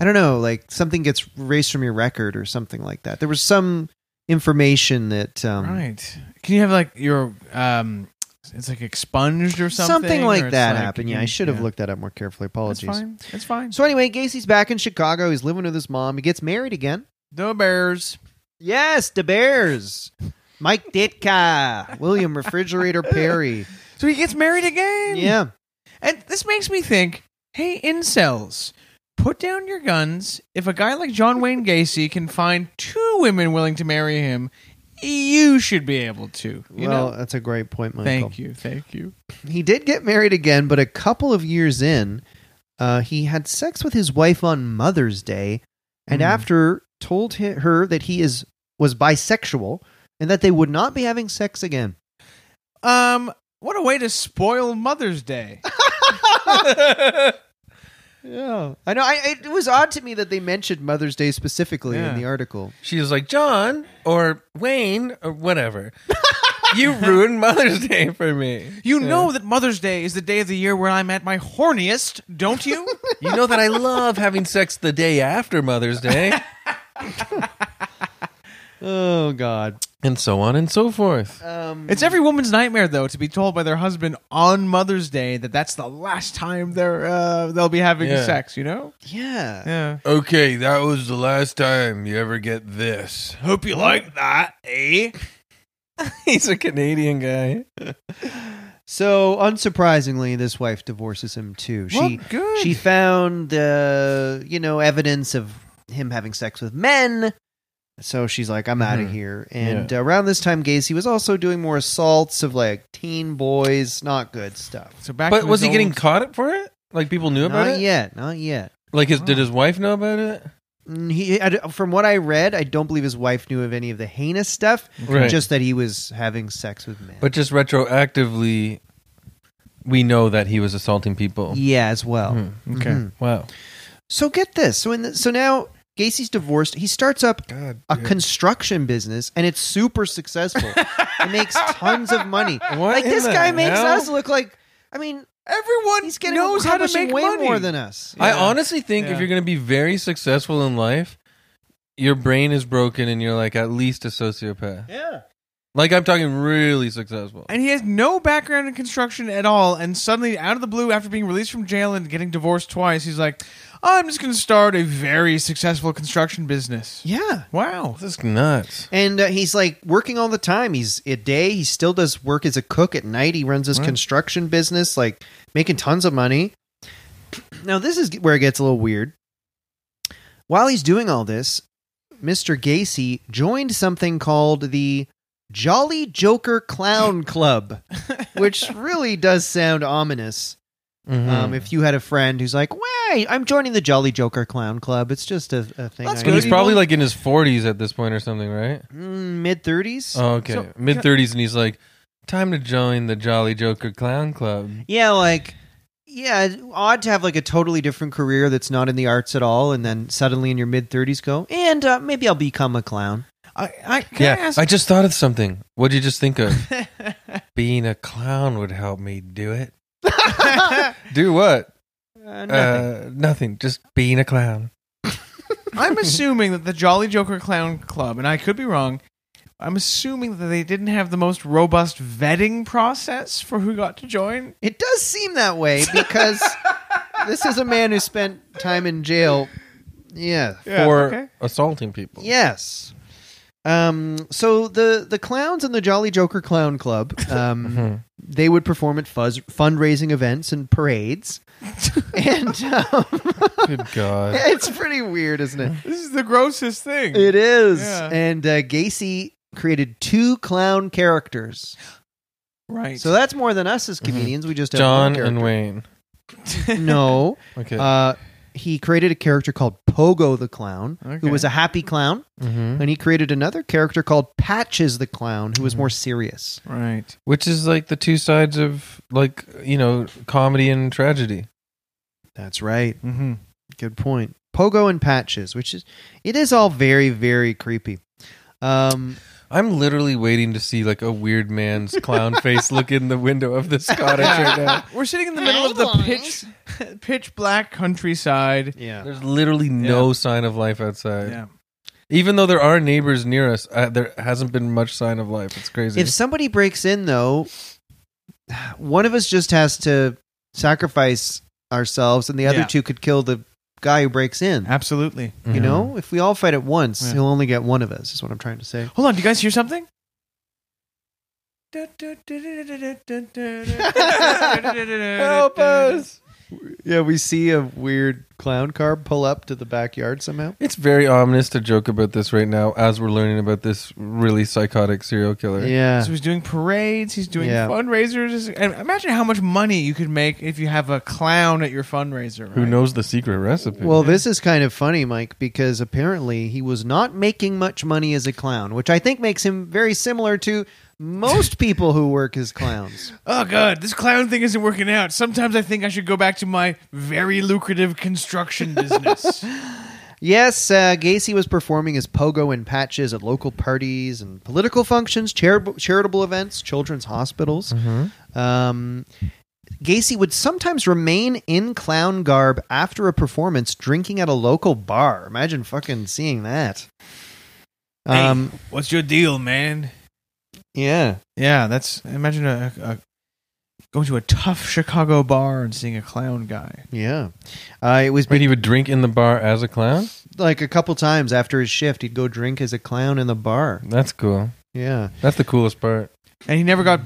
I don't know, like something gets erased from your record or something like that. There was some information that um, Right. Can you have like your um it's like expunged or something? something or like it's that like happened. you- Yeah, I should have looked that up more carefully. That's Apologies. fine. That's fine. So anyway, Gacy's back in Chicago. He's living with his mom. He gets married again. No bears. Yes, the Bears. Mike Ditka, William Refrigerator Perry. So he gets married again. Yeah. And this makes me think, hey incels, put down your guns. If a guy like John Wayne Gacy can find two women willing to marry him, you should be able to. You well, know? that's a great point, Michael. Thank you. Thank you. He did get married again, but a couple of years in, uh, he had sex with his wife on Mother's Day, and Mm. after told hi- her that he is was bisexual and that they would not be having sex again. Um what a way to spoil Mother's Day. Yeah, I know. I, it was odd to me that they mentioned Mother's Day specifically Yeah. in the article. She was like, John or Wayne or whatever. you ruined Mother's Day for me. You know that Mother's Day is the day of the year where I'm at my horniest, don't you? You know that I love having sex the day after Mother's Day. Oh God. and so on and so forth. Um, it's every woman's nightmare, though, to be told by their husband on Mother's Day that that's the last time they're uh, they'll be having Yeah. sex. You know? yeah. Yeah. Okay, that was the last time you ever get this. Hope you like that, eh? He's a Canadian guy. So, unsurprisingly, this wife divorces him too. Well, She good. she found uh, you know evidence of him having sex with men. So she's like, I'm out of Mhm. here. And uh, around this time, Gacy was also doing more assaults of like teen boys, not good stuff. so back. But to was he his getting old- caught for it? Like people knew about Not it? yet, not yet. Like his, did his wife know about it? Mm, He, I d from what I read, I don't believe his wife knew of any of the heinous stuff. Right. Just that he was having sex with men. But just retroactively, we know that he was assaulting people. yeah, as well. Mm-hmm. Okay. Mhm. Wow. So get this. So in the, so now Gacy's divorced. He starts up God. a construction business and it's super successful. it makes tons of money. What like in this the guy makes hell? us look like I mean, Everyone he's getting knows how to accomplishing make way money. more than us. I Yeah. honestly think Yeah. if you're going to be very successful in life, your brain is broken and you're like at least a sociopath. yeah. Like I'm talking really successful. and he has no background in construction at all. And suddenly, out of the blue, after being released from jail and getting divorced twice, he's like, "I'm just going to start a very successful construction business." Yeah. Wow. This is nuts. And uh, he's like working all the time. He's a day. He still does work as a cook at night. He runs his construction business, like making tons of money. Now, this is where it gets a little weird. While he's doing all this, Mr. Gacy joined something called the Jolly Joker Clown Club, which really does sound ominous. Hmm. Mm-hmm. Um, if you had a friend who's like, "Wait, I'm joining the Jolly Joker Clown Club," it's just a, a thing. That's I good. he's do." probably like in his 40s at this point or something, right? Mm, mid thirties. Oh, okay. So- Mid 30s, and he's like, time to join the Jolly Joker Clown Club. Yeah, like yeah, odd to have like a totally different career that's not in the arts at all, and then suddenly in your mid thirties go and uh, maybe I'll become a clown. I, I can yeah, I ask? I just thought of something. What'd you just think of? Being a clown would help me do it. Do what? Uh, nothing. Uh, nothing. Just being a clown. I'm assuming that the Jolly Joker Clown Club, and I could be wrong. I'm assuming that they didn't have the most robust vetting process for who got to join. it does seem that way because this is a man who spent time in jail. Yeah. Yeah, for okay. assaulting people. Yes. Um. So the the clowns in the Jolly Joker Clown Club. Um. Mhm. They would perform at fuzz- fundraising events and parades, and um, Good God. it's pretty weird, isn't it? This is the grossest thing. It is. Yeah. And uh, Gacy created two clown characters. right. So that's more than us as comedians. We just have Mm-hmm. John one and character. Wayne. no. Okay. Uh, he created a character called Pogo the Clown, Okay. Mm-hmm. who was a happy clown, Mhm. and he created another character called Patches the Clown, who was Mm-hmm. more serious. right. Which is like the two sides of like, you know, comedy and tragedy. That's right. Mm-hmm. Good point. Pogo and Patches, which is it is all very very creepy. Um, I'm literally waiting to see like a weird man's clown face look in the window of this cottage right now. We're sitting in the middle of the pitch, pitch black countryside. yeah. There's literally no sign of life outside. Yeah. Even though there are neighbors near us, uh, there hasn't been much sign of life. It's crazy. If somebody breaks in, though, one of us just has to sacrifice ourselves, and the other Yeah. two could kill the guy who breaks in. Absolutely. You know, if we all fight at once, Yeah. he'll only get one of us. Is what I'm trying to say. Hold on, do you guys hear something? help Help us. Yeah, we see a weird clown car pull up to the backyard somehow. Mm-hmm. It's very ominous to joke about this right now as we're learning about this really psychotic serial killer. Yeah, So he's doing parades, he's doing Yeah. fundraisers. And imagine how much money you could make if you have a clown at your fundraiser. Who right? knows the secret recipe? Well, this is kind of funny, Mike, because apparently he was not making much money as a clown, which I think makes him very similar to most people who work as clowns. Oh, God, this clown thing isn't working out. Sometimes I think I should go back to my very lucrative construction business. Yes, uh, Gacy was performing as pogo and patches at local parties and political functions, chari- charitable events, children's hospitals. Mm-hmm. Um, Gacy would sometimes remain in clown garb after a performance, drinking at a local bar. Imagine fucking seeing that. Um, hey, what's your deal, man? yeah. Yeah, that's. Imagine a, a going to a tough Chicago bar and seeing a clown guy. Yeah. Uh, it was Wait, he would drink in the bar as a clown? like a couple times after his shift, he'd go drink as a clown in the bar. That's cool. Yeah. That's the coolest part. And he never got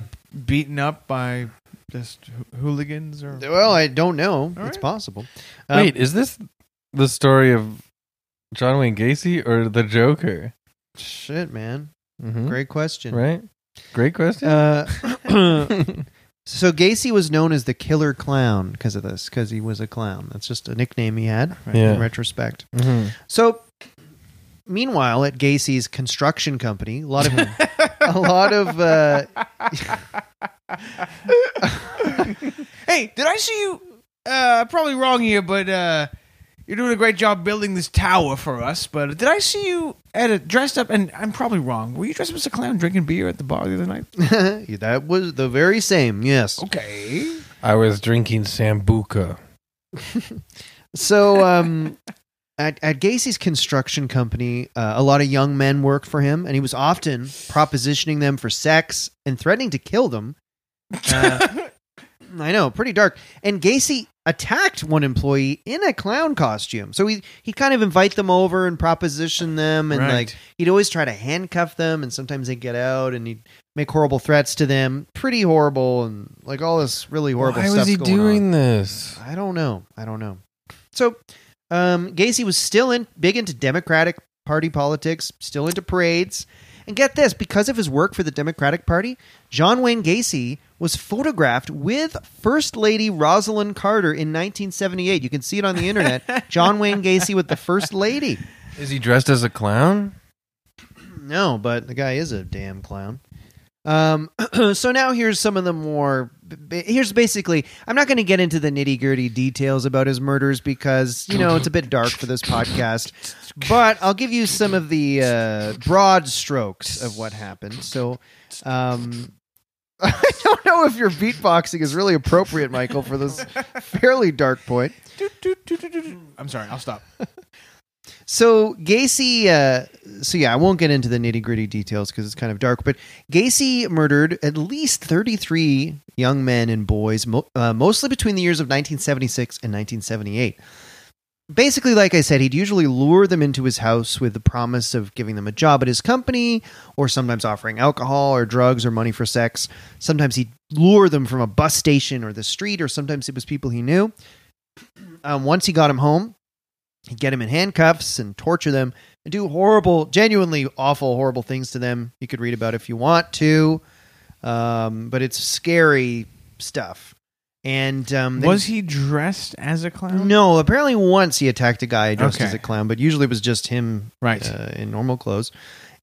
beaten up by just hoo- hooligans or. Well, I don't know. All it's right. possible. Um, Wait, is this the story of John Wayne Gacy or the Joker? Um, Shit, man. Hmm? Mm-hmm. Great question. Right? Great question. Uh, so Gacy was known as the killer clown because of this, because he was a clown. That's just a nickname he had right, Yeah. in retrospect. Mhm. So, meanwhile, at Gacy's construction company, a lot of a lot of uh, Hey, did I see you? Uh, probably wrong here, but uh, you're doing a great job building this tower for us. But did I see you at a dressed up? And I'm probably wrong. Were you dressed up as a clown drinking beer at the bar the other night? that was the very same. Yes. Okay. I was drinking Sambuca. So, um, at, at Gacy's construction company, uh, a lot of young men worked for him, and he was often propositioning them for sex and threatening to kill them. Uh, I know, pretty dark. And Gacy attacked one employee in a clown costume. So he he kind of invite them over and proposition them, and Right. like he'd always try to handcuff them, and sometimes they'd get out, and he'd make horrible threats to them, pretty horrible, and like all this really horrible. Why was stuff's he going on. doing this? I don't know. I don't know. So, um, Gacy was still in big into Democratic Party politics, still into parades, and get this: because of his work for the Democratic Party, John Wayne Gacy was photographed with First Lady Rosalind Carter in 1978. You can see it on the internet. John Wayne Gacy with the First Lady. Is he dressed as a clown? No, but the guy is a damn clown. Um, so now here's some of the more. b- Here's basically. I'm not going to get into the nitty gritty details about his murders because you know it's a bit dark for this podcast. But I'll give you some of the uh, broad strokes of what happened. So, um, I don't know if your beatboxing is really appropriate, Michael, for this fairly dark point. I'm sorry. I'll stop. So Gacy, uh, so yeah, I won't get into the nitty gritty details because it's kind of dark. But Gacy murdered at least thirty three young men and boys, mo- uh, mostly between the years of nineteen seventy six and nineteen seventy eight. Basically, like I said, he'd usually lure them into his house with the promise of giving them a job at his company, or sometimes offering alcohol or drugs or money for sex. Sometimes he'd lure them from a bus station or the street, or sometimes it was people he knew. Um, once he got him home, he'd get him in handcuffs and torture them and do horrible, genuinely awful, horrible things to them. You could read about if you want to, um, but it's scary stuff. And um, then- Was he dressed as a clown? no? Apparently, once he attacked a guy dressed Okay. as a clown, but usually it was just him Right. uh, in normal clothes.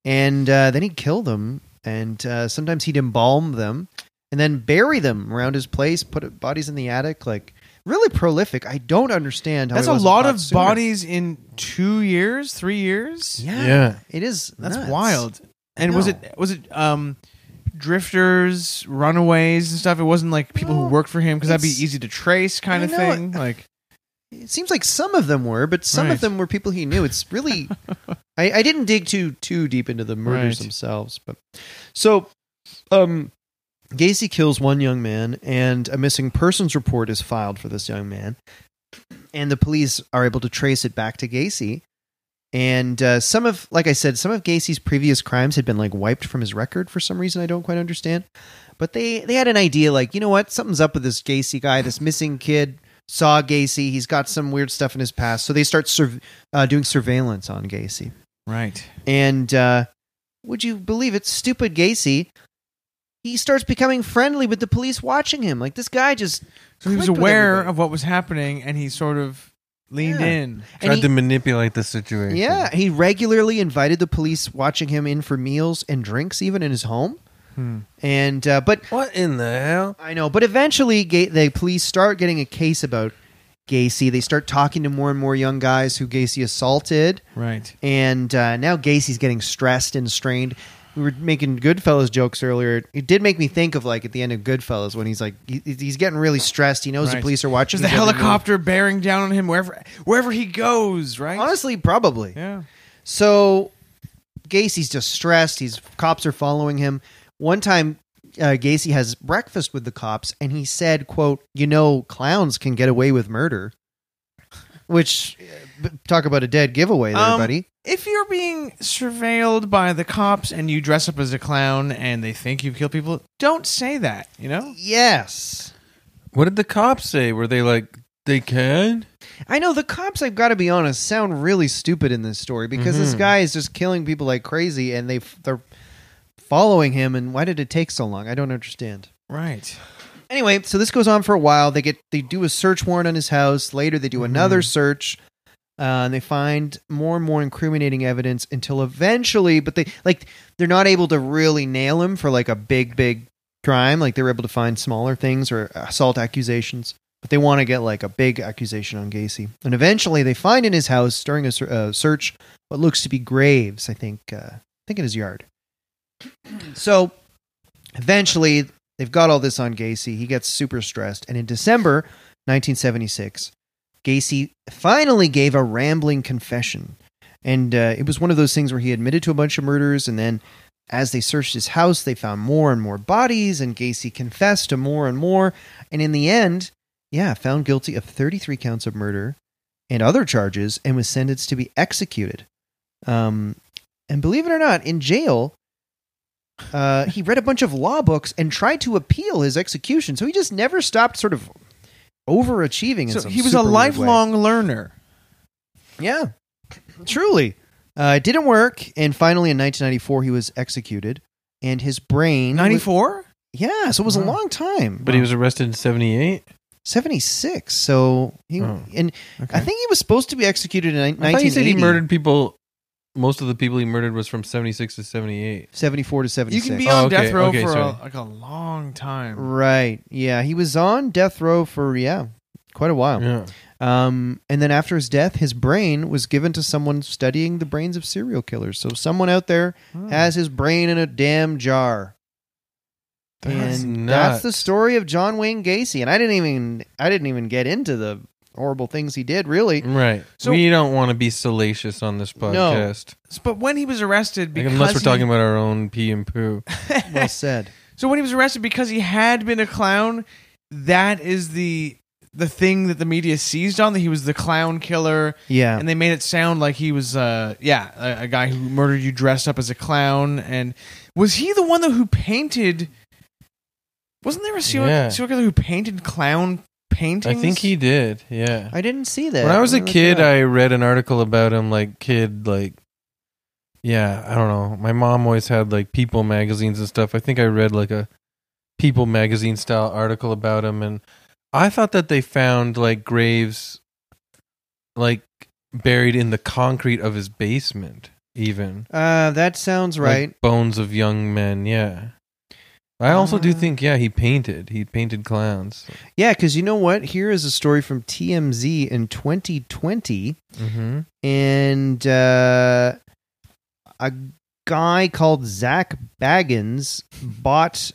And uh, then he'd kill them, and uh, sometimes he'd embalm them, and then bury them around his place. Put bodies in the attic, like really prolific. I don't understand how That's he a wasn't lot caught of sooner. bodies in two years, three years. Yeah, it is. That's nuts. wild. And was know. it was it um drifters, runaways, and stuff? It wasn't like people No, who worked for him because that'd be it's- easy to trace, kind I of know, thing. Like It seems like some of them were, but some Right. of them were people he knew. It's really, I, I didn't dig too too deep into the murders Right. themselves, but so, um, Gacy kills one young man, and a missing persons report is filed for this young man, and the police are able to trace it back to Gacy. And uh, some of, like I said, some of Gacy's previous crimes had been like wiped from his record for some reason I don't quite understand. But they they had an idea like, you know what, something's up with this Gacy guy, this missing kid saw Gacy. He's got some weird stuff in his past, so they start surv uh, doing surveillance on Gacy. right. And uh, would you believe it? Stupid Gacy. He starts becoming friendly with the police watching him. Like this guy just So he was clicked with aware everybody. of what was happening, and he sort of leaned Yeah. in. and Tried he- to manipulate the situation. Yeah, he regularly invited the police watching him in for meals and drinks, even in his home. Hmm. And uh, but What in the hell? I know, but eventually Ga- the police start getting a case about Gacy. They start talking to more and more young guys who Gacy assaulted. Right. and uh, now Gacy's getting stressed and strained. We were making Goodfellas jokes earlier. It did make me think of like at the end of Goodfellas when he's like he, he's getting really stressed. He knows the Right. police are watching. Just the each other. helicopter bearing down on him wherever wherever he goes. Right. Honestly, probably. Yeah. So Gacy's just stressed. He's cops are following him. One time, uh, Gacy has breakfast with the cops, and he said, "quote You know, clowns can get away with murder." Which uh, b- talk about a dead giveaway, there, Um, buddy. If you're being surveilled by the cops and you dress up as a clown and they think you've killed people, don't say that. You know. Yes. What did the cops say? Were they like, they can? I know the cops. I've got to be honest. Sound really stupid in this story because this Mhm. guy is just killing people like crazy, and they f- they're following him. And why did it take so long? I don't understand. Right. Anyway, so this goes on for a while. They get they do a search warrant on his house. Later, they do another search. Uh, and they find more and more incriminating evidence until eventually, but they like they're not able to really nail him for like a big, big crime. Like they were able to find smaller things or assault accusations, but they want to get like a big accusation on Gacy. And eventually, they find in his house during a ser- uh, search what looks to be graves. I think, uh, I think in his yard. So, eventually, they've got all this on Gacy. He gets super stressed, and in December 1976, Gacy finally gave a rambling confession. And uh, it was one of those things where he admitted to a bunch of murders, and then as they searched his house, they found more and more bodies, and Gacy confessed to more and more. And in the end, yeah, found guilty of 33 counts of murder and other charges, and was sentenced to be executed. Um, and believe it or not, in jail, uh, he read a bunch of law books and tried to appeal his execution. So he just never stopped sort of overachieving. In So some he was a super weird way. lifelong learner. Yeah, truly. Uh, it didn't work, and finally in 1994 he was executed, and his brain. was- 94? yeah, so it was a Wow. long time. But he was arrested in 78? 76. So he Oh, and I think he was supposed to be executed in I thought 1980. you said he murdered people. Most of the people he murdered was from 76 to 78. 74 to 76. You can be Oh, on okay, death row okay, for sorry. a, like a long time. right. Yeah, he was on death row for yeah, quite a while. Yeah. Um, and then after his death, his brain was given to someone studying the brains of serial killers. So someone out there Oh. has his brain in a damn jar. That's and that's nuts. the story of John Wayne Gacy. And I didn't even I didn't even get into the horrible things he did, really. Right. So- we don't want to be salacious on this podcast. But when he was arrested, Like, because unless we're he- talking about our own pee and poo. Well said. So when he was arrested because he had been a clown, that is the the thing that the media seized on that he was the clown killer Yeah. and they made it sound like he was uh yeah, a, a guy who murdered you dressed up as a clown and was he the one though who painted Wasn't there a serial, Yeah. serial killer who painted clown paintings? I think he did. Yeah. I didn't see that. When I was a Look it kid, up. I read an article about him, like, kid, like, yeah, I don't know. My mom always had, like, People magazines and stuff. I think I read, like, a People magazine style article about him. And I thought that they found, like, graves, like, buried in the concrete of his basement, even. uh, that sounds Like, right. bones of young men, yeah. I also do Uh. think, yeah, he painted. He painted clowns. yeah, because you know what? Here is a story from TMZ in 2020. Mm-hmm. and uh, a guy called Zach Baggins bought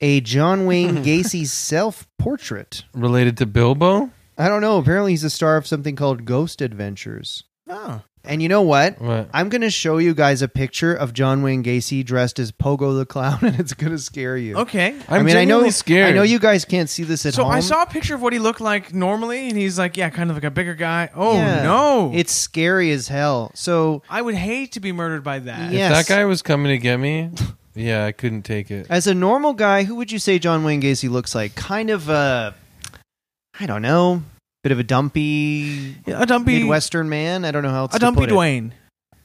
a John Wayne Gacy self portrait. Related to Bilbo? I don't know. Apparently, he's a star of something called Ghost Adventures. Oh. And you know what? What? I'm going to show you guys a picture of John Wayne Gacy dressed as Pogo the Clown, and it's going to scare you. Okay. I'm mean, I know- genuinely scared. I know you guys can't see this at so home. I saw a picture of what he looked like normally, and he's like, yeah, kind of like a bigger guy. Oh Yeah. no, It's scary as hell. So I would hate to be murdered by that. Yeah. If Yes. that guy was coming to get me, yeah, I couldn't take it. As a normal guy, who would you say John Wayne Gacy looks like? Kind of a, I don't know, bit of a dumpy Yeah, A dumpy, Midwestern man. I don't know how else to a dumpy put it. Dwayne.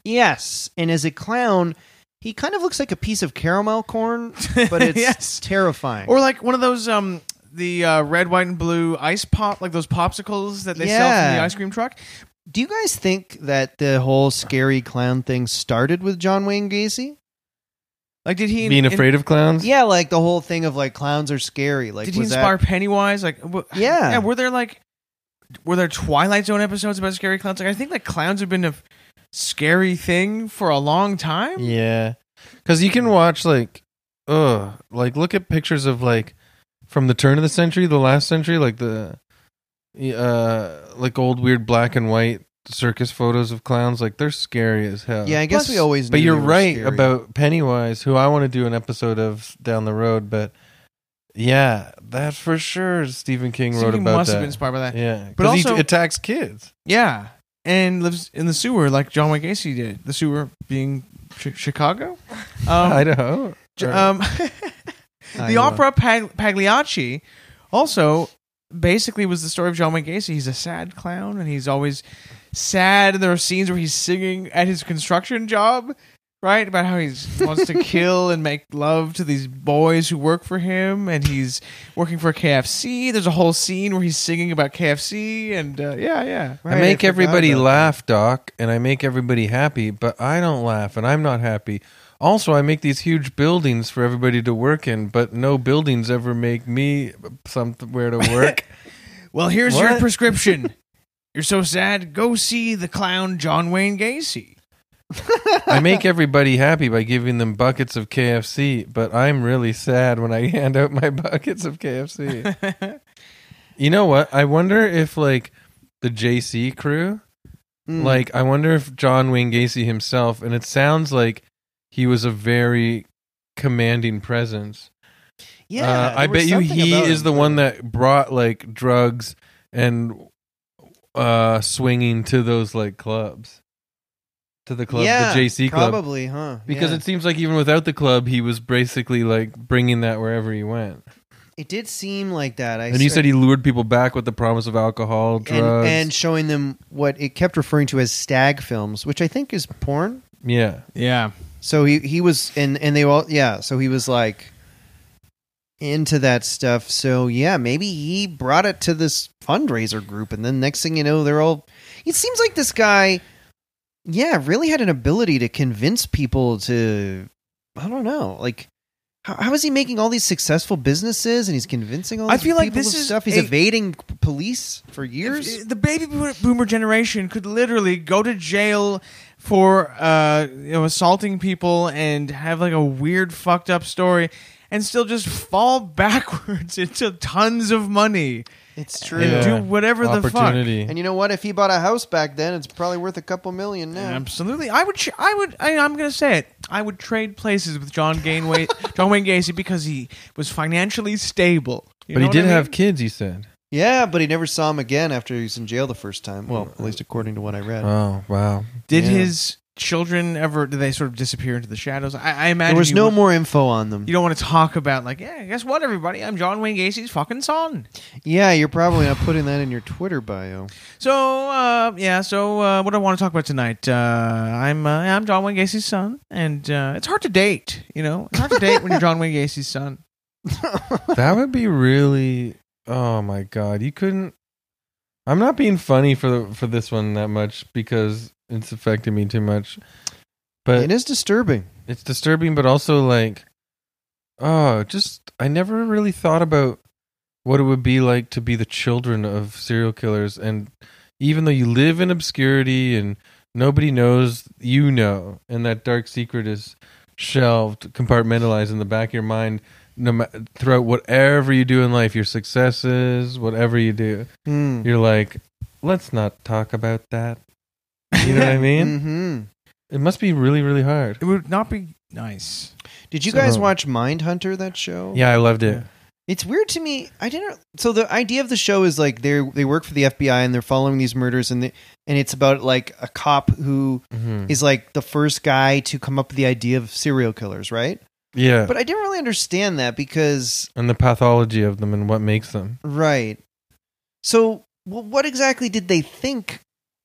Yes, and as a clown, he kind of looks like a piece of caramel corn, but it's Yes. terrifying. Or like one of those um the uh, red, white, and blue ice pop, like those popsicles that they sell Yeah. from the ice cream truck. Do you guys think that the whole scary clown thing started with John Wayne Gacy? Like did he Being in- afraid of clowns? Yeah, like the whole thing of like clowns are scary. Like Did he was inspire that Pennywise? Like w- Yeah. yeah. Were there like were there Twilight Zone episodes about scary clowns? Like I think like clowns have been a f- scary thing for a long time. Yeah. Because you can watch, like, ugh, like, look at pictures of, like, from the turn of the century, the last century, like the, uh, like old weird black and white circus photos of clowns. Like, they're scary as hell. Yeah, I guess Plus- we always. But knew you're they were right scary. about Pennywise, who I want to do an episode of down the road. But yeah, that for sure Stephen King So wrote he about must that. have been inspired by that. yeah, But but also, also- he attacks kids. Yeah. And lives in the sewer like John Wayne Gacy did. The sewer being chi- Chicago. Um, Idaho. j- Or- um, I the know. opera Pag- Pagliacci also basically was the story of John Wayne Gacy. He's a sad clown, and he's always sad. And there are scenes where he's singing at his construction job, right, about how he wants to kill and make love to these boys who work for him, and he's working for KFC. There's a whole scene where he's singing about KFC, and uh, yeah, yeah. Right, I make forgot everybody about laugh, Doc, and I make everybody happy, but I don't laugh and I'm not happy. Also, I make these huge buildings for everybody to work in, but no buildings ever make me somewhere to work. Well, here's your What? prescription. You're so sad. Go see the clown John Wayne Gacy. I make everybody happy by giving them buckets of KFC, but I'm really sad when I hand out my buckets of KFC. you know what? I wonder if like the JC crew. Mm. Like, I wonder if John Wayne Gacy himself, and it sounds like he was a very commanding presence. yeah, Uh, I there was bet you something he about is him. the one that brought like drugs and uh swinging to those like clubs, to the club, Yeah, the JC club. probably, huh? Because Yeah. it seems like even without the club, he was basically like bringing that wherever he went. it did seem like that. I and you s- said he lured people back with the promise of alcohol, and, drugs, and showing them what it kept referring to as stag films, which I think is porn. yeah, Yeah. So he he was and and they all yeah. So he was like into that stuff. So yeah, maybe he brought it to this fundraiser group, and then next thing you know, they're all. It seems like this guy, yeah, really had an ability to convince people to. I don't know, like. How, how is he making all these successful businesses, and he's convincing all? I These feel like people this of is stuff. He's a- evading police for years. If- The baby bo- boomer generation could literally go to jail for uh, you know, assaulting people and have like a weird fucked up story and still just fall backwards into tons of money It's and Yeah. Uh, do whatever the fuck. opportunity. And you know what? If he bought a house back then, it's probably worth a couple million now. Absolutely, I would. ch- I would. I, I'm going to say it. I would trade places with John Gainway, John Wayne Gacy, because he was financially stable. You but know he what did I mean? have kids. He said, Yeah, but he never saw him again after he was in jail the first time. Well, at least according to what I read. "Oh wow, Did Yeah. his children ever? Did they sort of disappear into the shadows? I, I imagine there was you no would- more info on them. You don't want to talk about like, yeah, guess what, everybody? I'm John Wayne Gacy's fucking son. yeah, you're probably not putting that in your Twitter bio. So uh, yeah, so uh, what do I want to talk about tonight? Uh, I'm uh, I'm John Wayne Gacy's son, and uh, it's hard to date. You know, it's hard to date when you're John Wayne Gacy's son. that would be really." Oh my god, you couldn't. I'm not being funny for the, for this one that much because it's affected me too much. But it is disturbing. it's disturbing but also like oh just i never really thought about what it would be like to be the children of serial killers and even though you live in obscurity and nobody knows you know and that dark secret is shelved compartmentalized in the back of your mind no ma- throughout whatever you do in life your successes whatever you do Mm. you're like let's not talk about that you know what i mean hmm it must be really really hard It would not be nice. Did you guys So- watch Mindhunter, that show? yeah i loved it It's weird to me. I didn't. So the idea of the show is like they they work for the FBI and they're following these murders and they, and it's about like a cop who Mhm. is like the first guy to come up with the idea of serial killers, right? Yeah. But I didn't really understand that because and the pathology of them and what makes them. Right. So, wh- what exactly did they think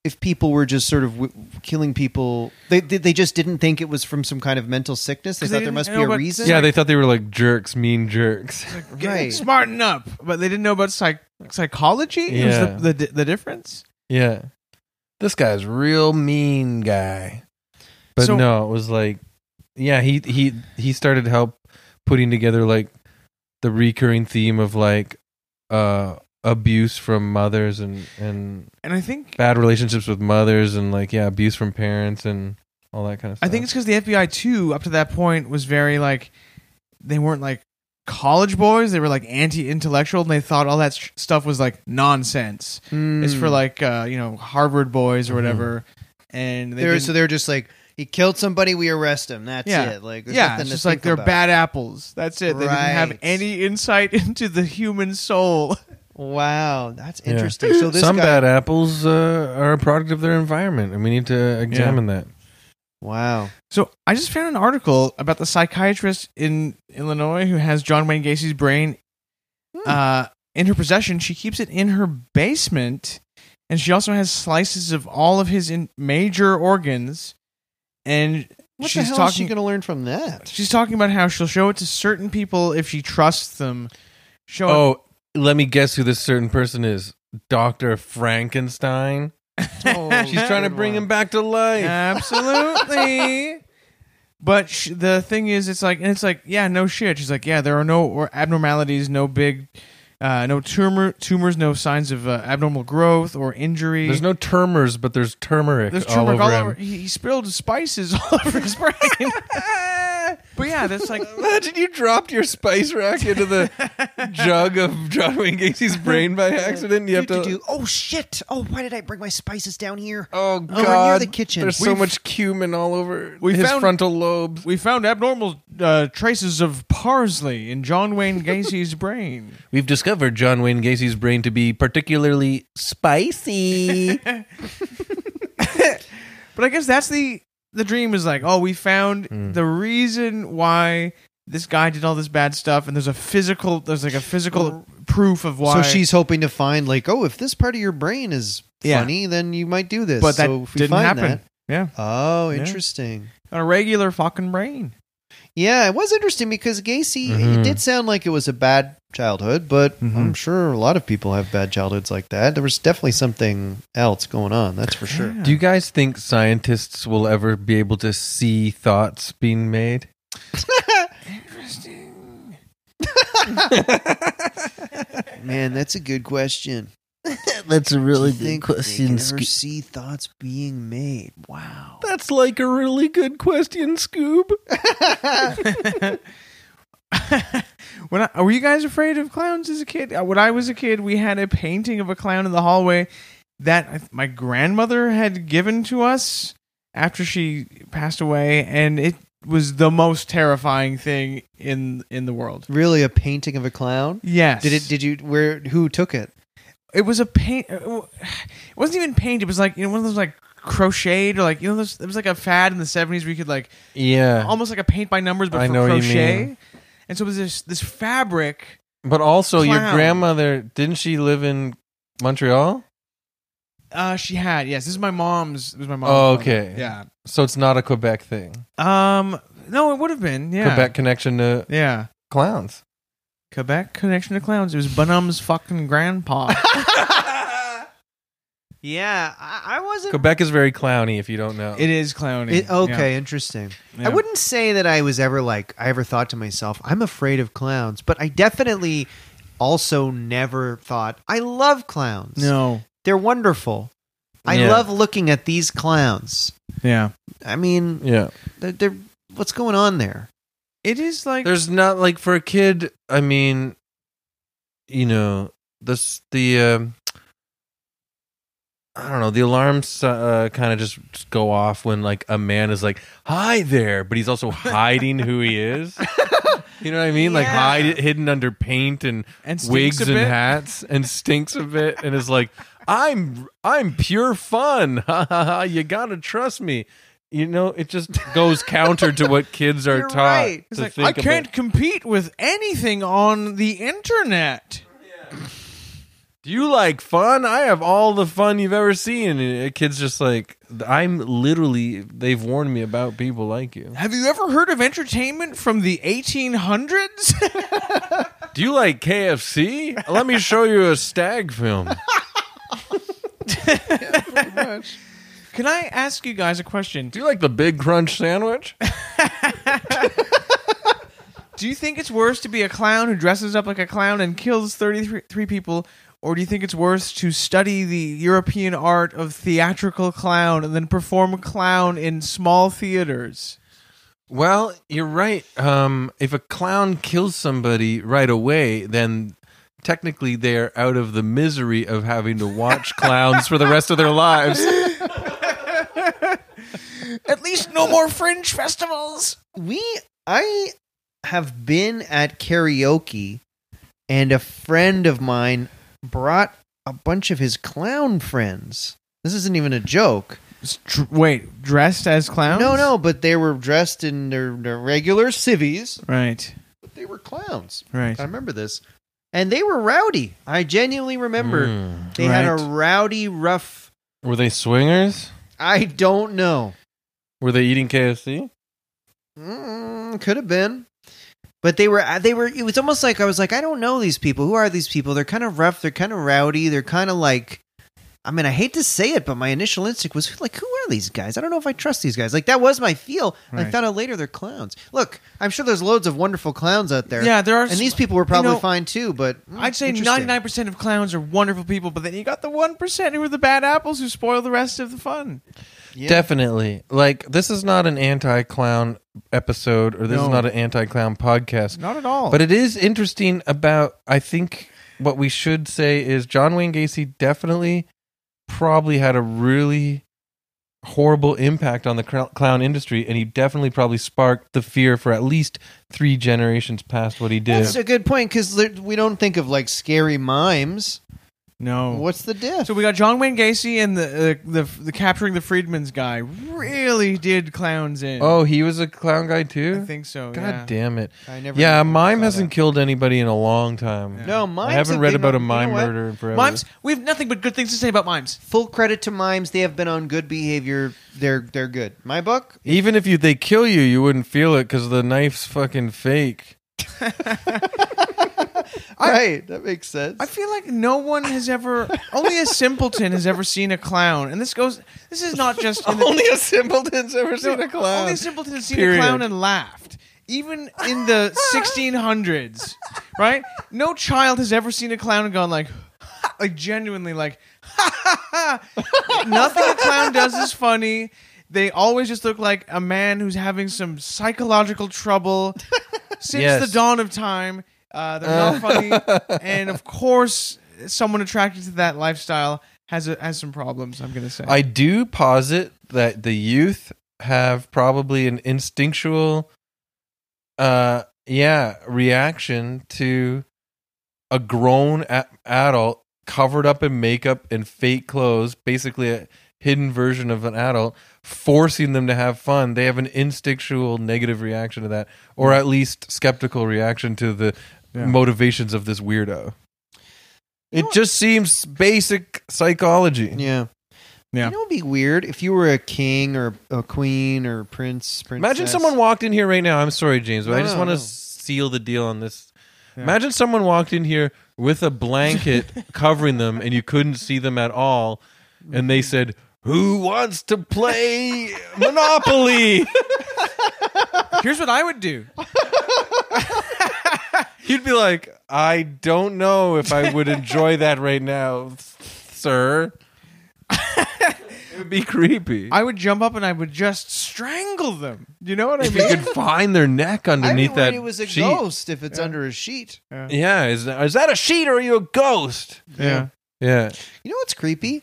if people were just sort of w- killing people? They, they they just didn't think it was from some kind of mental sickness. They 'Cause thought they there didn't must be know a about reason. Yeah, they thought they were like jerks, mean jerks. Get- Right. smarten up. But they didn't know about psych- psychology. It was Yeah. the, the the difference. yeah. This guy's real mean guy. But So- no, it was like yeah, he he he started help putting together like the recurring theme of like uh abuse from mothers and and And I think bad relationships with mothers and like yeah, abuse from parents and all that kind of stuff. I think it's because the FBI too, up to that point, was very like they weren't like college boys. They were like anti-intellectual, and they thought all that sh- stuff was like nonsense. Mm. It's for like uh, you know Harvard boys or whatever. And they They're, didn't- Hmm. so they're just like he killed somebody. We arrest him. That's Yeah. it. Like there's yeah, nothing to it's just like think they're about. bad apples. That's it. They didn't have Right. any insight into the human soul. Wow, that's Yeah. interesting. So this some guy, bad apples uh, are a product of their environment and we need to examine that. Wow. So I just found an article about the psychiatrist in Illinois who has John Wayne Gacy's brain Hmm. uh, in her possession. She keeps it in her basement, and she also has slices of all of his in- major organs. And What she's the hell talking. is she going to learn from that? she's talking about how she'll show it to certain people if she trusts them. Show it- Oh, let me guess who this certain person is. Dr. Frankenstein. Oh, She's trying to good bring one. him back to life. Absolutely. but sh- the thing is, it's like, and it's like, yeah, no shit. She's like, yeah, there are no or abnormalities, no big, uh, no tumor, tumors, no signs of uh, abnormal growth or injury. There's no termers, but there's turmeric There's all turmeric over all him. over. He, he spilled spices all over his brain. But yeah, that's like Imagine you dropped your spice rack into the jug of John Wayne Gacy's brain by accident. And you have to. Do-do-do. Oh shit! Oh, why did I bring my spices down here? Oh Over near god! the kitchen. There's so We've- much cumin all over We his found- frontal lobes. we found abnormal uh, traces of parsley in John Wayne Gacy's brain. We've discovered John Wayne Gacy's brain to be particularly spicy. But I guess that's the the dream is like, oh, we found Hmm. the reason why this guy did all this bad stuff, and there's a physical, there's like a physical proof of So why. she's hoping to find like, oh, if this part of your brain is Yeah. funny, then you might do this. but that so if we didn't find happen. that- yeah, oh, Yeah. interesting. on a regular fucking brain. Yeah, it was interesting because Gacy. Mm-hmm. It Mhm. did sound like it was a bad childhood, but Mhm. I'm sure a lot of people have bad childhoods like that. There was definitely something else going on. That's for sure. Do you guys think scientists will ever be able to see thoughts being made? Interesting. Man, that's a good question. That's a really good Think question. They can ever see thoughts being made. Wow. That's like a really good question, Scoob. when I, were you guys afraid of clowns as a kid? Uh, When I was a kid, we had a painting of a clown in the hallway that I th- my grandmother had given to us after she passed away, and it was the most terrifying thing in in the world. Really, a painting of a clown? Yes, Did it? Did you? Where? Who took it? it was a paint. uh, w- It wasn't even paint. It was like you know one of those like crocheted or like you know those, it was like a fad in the seventies where you could like Yeah. Um, almost like a paint by numbers but I for know what you crochet. mean. And so it was this this fabric But also, your Clown. grandmother didn't she live in Montreal? Uh, she had yes. This is my mom's. This was my mom's. Oh, one. okay. Yeah. So it's not a Quebec thing. Um. No, it would have been. Yeah. Quebec connection to Yeah. clowns. Quebec connection to clowns. It was Bonham's fucking grandpa. Yeah, I, I wasn't. Quebec is very clowny. If you don't know, it is clowny. It, okay, interesting. Yeah. Yeah. I wouldn't say that I was ever like I ever thought to myself, I'm afraid of clowns, but I definitely also never thought I love clowns. No. They're wonderful. I Yeah. love looking at these clowns. Yeah. I mean, yeah. they're, they're what's going on there? It is like There's not like for a kid. I mean, you know, this the um, I don't know. The alarms uh, kind of just, just go off when like a man is like, "Hi there," but he's also hiding who he is. You know what I mean? Like Yeah. hide hidden under paint and and stinks wigs a and bit. hats and stinks a bit and is like i'm i'm pure fun Ha, ha, ha. you gotta trust me you know it just goes counter to what kids are You're taught right. It's to like think I can't about. compete with anything on the internet. do you like fun i have all the fun you've ever seen and a kid's just like i'm literally they've warned me about people like you Have you ever heard of entertainment from the 1800s? do you like kfc let me show you a stag film Can I ask you guys a question? do you like the big crunch sandwich Do you think it's worse to be a clown who dresses up like a clown and kills 33 three people, or do you think it's worse to study the European art of theatrical clown and then perform clown in small theaters? Well, you're right. Um, if a clown kills somebody right away, then technically they are out of the misery of having to watch clowns for the rest of their lives. At least no more fringe festivals! We I have been at karaoke and a friend of mine brought a bunch of his clown friends. This isn't even a joke. S- dr- wait, dressed as clowns? No, no, but they were dressed in their, their regular civvies. Right, But they were clowns. right. I remember this. And they were rowdy. I genuinely remember Mm. they had a Hmm, Right. rowdy, rough. Were they swingers? I don't know. Were they eating KFC? Mm, could have been. But they were, they were, it was almost like I was like, I don't know these people. Who are these people? They're kind of rough. They're kind of rowdy. They're kind of like, I mean, I hate to say it, but my initial instinct was like, who are these guys? I don't know if I trust these guys. Like, that was my feel. And I Right. found out later they're clowns. Look, I'm sure there's loads of wonderful clowns out there. Yeah, there are. And these people were probably know, fine too, but mm, I'd say interesting. 99% of clowns are wonderful people, but then you got the 1% who are the bad apples who spoil the rest of the fun. Yeah. Definitely. Like this is not an anti-clown episode or this No. is not an anti-clown podcast. Not at all. But it is interesting about I think what we should say is John Wayne Gacy definitely probably had a really horrible impact on the cl- clown industry and he definitely probably sparked the fear for at least 3 generations past what he did. That's a good point because we don't think of like scary mimes. no. What's the diff? So we got John Wayne Gacy and the uh, the the capturing the Freedmen's guy really did clowns in. oh, he was a clown guy I too? think so. God yeah. damn it. I never Yeah, even mime saw hasn't that. killed anybody in a long time. Yeah. No, mimes. I haven't have read been about on- a you know mime what? murder in forever. Mimes, we have nothing but good things to say about mimes. Full credit to mimes. They have been on good behavior. They're they're good. My book. Even if you they kill you, you wouldn't feel it because the knife's fucking fake. right. That makes sense. I feel like no one has ever, only a simpleton has ever seen a clown, and this goes. This is not just in the, a simpleton's ever No, Only a simpleton has seen Period. a clown and laughed. Even in the 1600s, right? No child has ever seen a clown and gone like, like genuinely like, nothing a clown does is funny. They always just look like a man who's having some psychological trouble since Yes. the dawn of time. Uh, they're not funny, and of course, someone attracted to that lifestyle has a, has some problems. I'm gonna say. I do posit that the youth have probably an instinctual, uh, yeah, reaction to a grown a- adult covered up in makeup and fake clothes, basically a hidden version of an adult, forcing them to have fun. They have an instinctual negative reaction to that, or at least skeptical reaction to the Yeah. motivations of this weirdo. It just seems basic psychology. yeah. Yeah. You know, it'd be weird if you were a king or a queen or prince. Princess. Imagine someone walked in here right now. I'm sorry, James, but I No, just no, want to no. seal the deal on this. Yeah. Imagine someone walked in here with a blanket covering them and you couldn't see them at all. And they said, Who wants to play Monopoly? Here's what I would do. You'd be like, I don't know if I would enjoy that right now, sir. it would be creepy. I would jump up and I would just strangle them. You know what I if you mean? could find their neck I'd be underneath worried that it was a sheet. ghost if it's under a sheet. Yeah, is that, is that a sheet or are you a ghost? yeah. Yeah. You know what's creepy?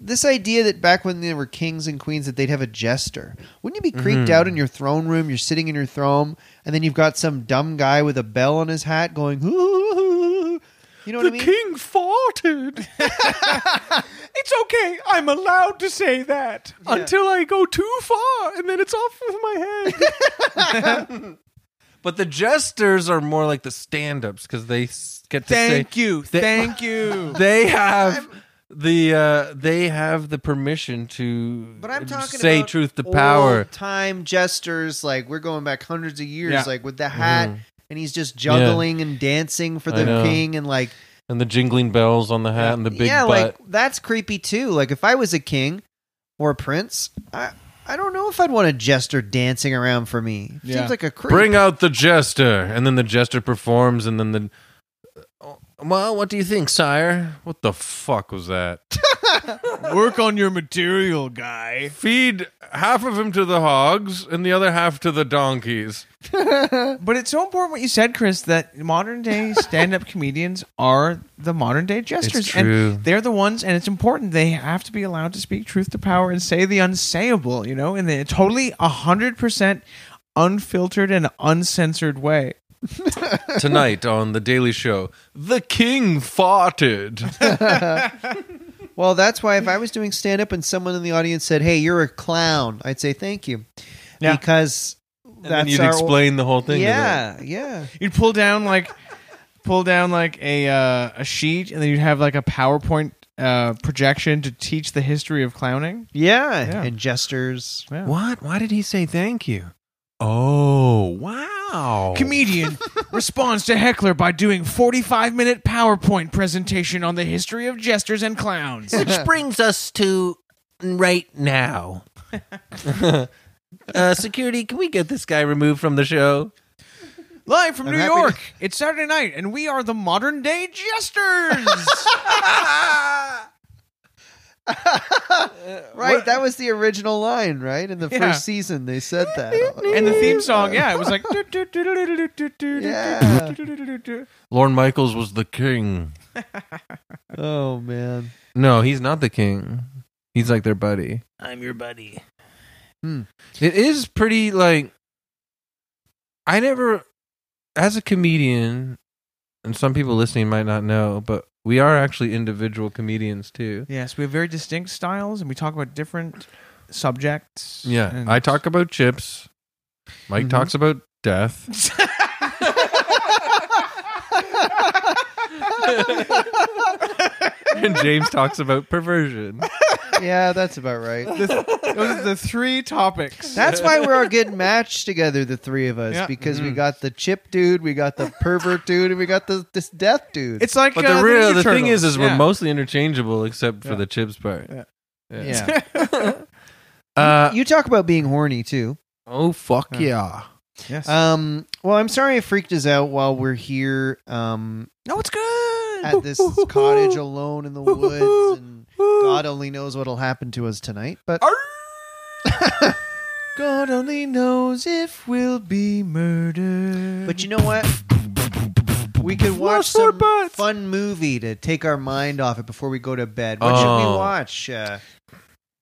This idea that back when there were kings and queens that they'd have a jester. Wouldn't you be creeped Mm-hmm. out in your throne room? You're sitting in your throne, and then you've got some dumb guy with a bell on his hat going, "Ooh." you know what I mean? king farted. It's okay. I'm allowed to say that until I go too far and then it's off with my head. But the jesters are more like the stand-ups because they s- get to Thank say you. They- Thank you. they have the uh, they have the permission to But I'm talking say about truth to power. Time jesters, like we're going back hundreds of years, Yeah. like with the hat, and he's just juggling and dancing for Mm-hmm. I the know. king, and like And the jingling bells on the hat and the big yeah, butt. like that's creepy too. Like if I was a king or a prince, I I don't know if I'd want a jester dancing around for me. It Yeah. Seems like a creep. Bring out the jester, and then the jester performs, and then the. uh, Well, what do you think, sire? What the fuck was that? Work on your material, guy. Feed half of him to the hogs and the other half to the donkeys. But it's so important what you said, Chris, that modern day stand up comedians are the modern day jesters. true. And they're the ones, and it's important. They have to be allowed to speak truth to power and say the unsayable, you know, in the totally 100% unfiltered and uncensored way. Tonight on The Daily Show, the king farted. Well, that's why if I was doing stand up and someone in the audience said, "Hey, you're a clown," I'd say thank you, Yeah. because And then that's you'd our explain the whole thing. to them. yeah, yeah. You'd pull down like. Pull down like a uh, a sheet, and then you'd have like a PowerPoint uh, projection to teach the history of clowning. yeah, Yeah. and jesters. Yeah. What? Why did he say thank you? Oh, Oh. wow. Comedian responds to heckler by doing 45 minute PowerPoint presentation on the history of jesters and clowns. Which brings us to right now. uh, security, can we get this guy removed from the show? Live from I'm New happy to- York, it's Saturday night, and we are the modern day jesters. right, what- that was the original line, right? In the Yeah. first season, they said that. and the theme song, yeah, it was like. Yeah. Lorne Michaels was the king. Oh man. No, he's not the king. He's like their buddy. Hmm. I'm your buddy. It is pretty like I never as a comedian and some people listening might not know, but we are actually individual comedians too. Yes, we have very distinct styles, and we talk about different subjects. Yeah. and- I talk about chips. Mike Mhm. talks about death. and James talks about perversion. Yeah, that's about right. Those are the three topics. That's why we're a good match together, the three of us, Yeah. Mm-hmm. because we Mhm. got the chip dude, we got the pervert dude, and we got the this death dude. it's like But uh, the real the Ninja thing is is Turtles. Yeah. we're mostly interchangeable except for Yeah. the chips part. Yeah. yeah. Uh, you talk about being horny too. oh fuck Yeah. yeah. yes. Um, well, I'm sorry I freaked us out while we're here um, no, it's good. at this cottage alone in the woods, and God only knows what'll happen to us tonight. But God only knows if we'll be murdered. but you know what? We could watch Lost our some butts. fun movie to take our mind off it before we go to bed. What should we Oh. watch? Uh,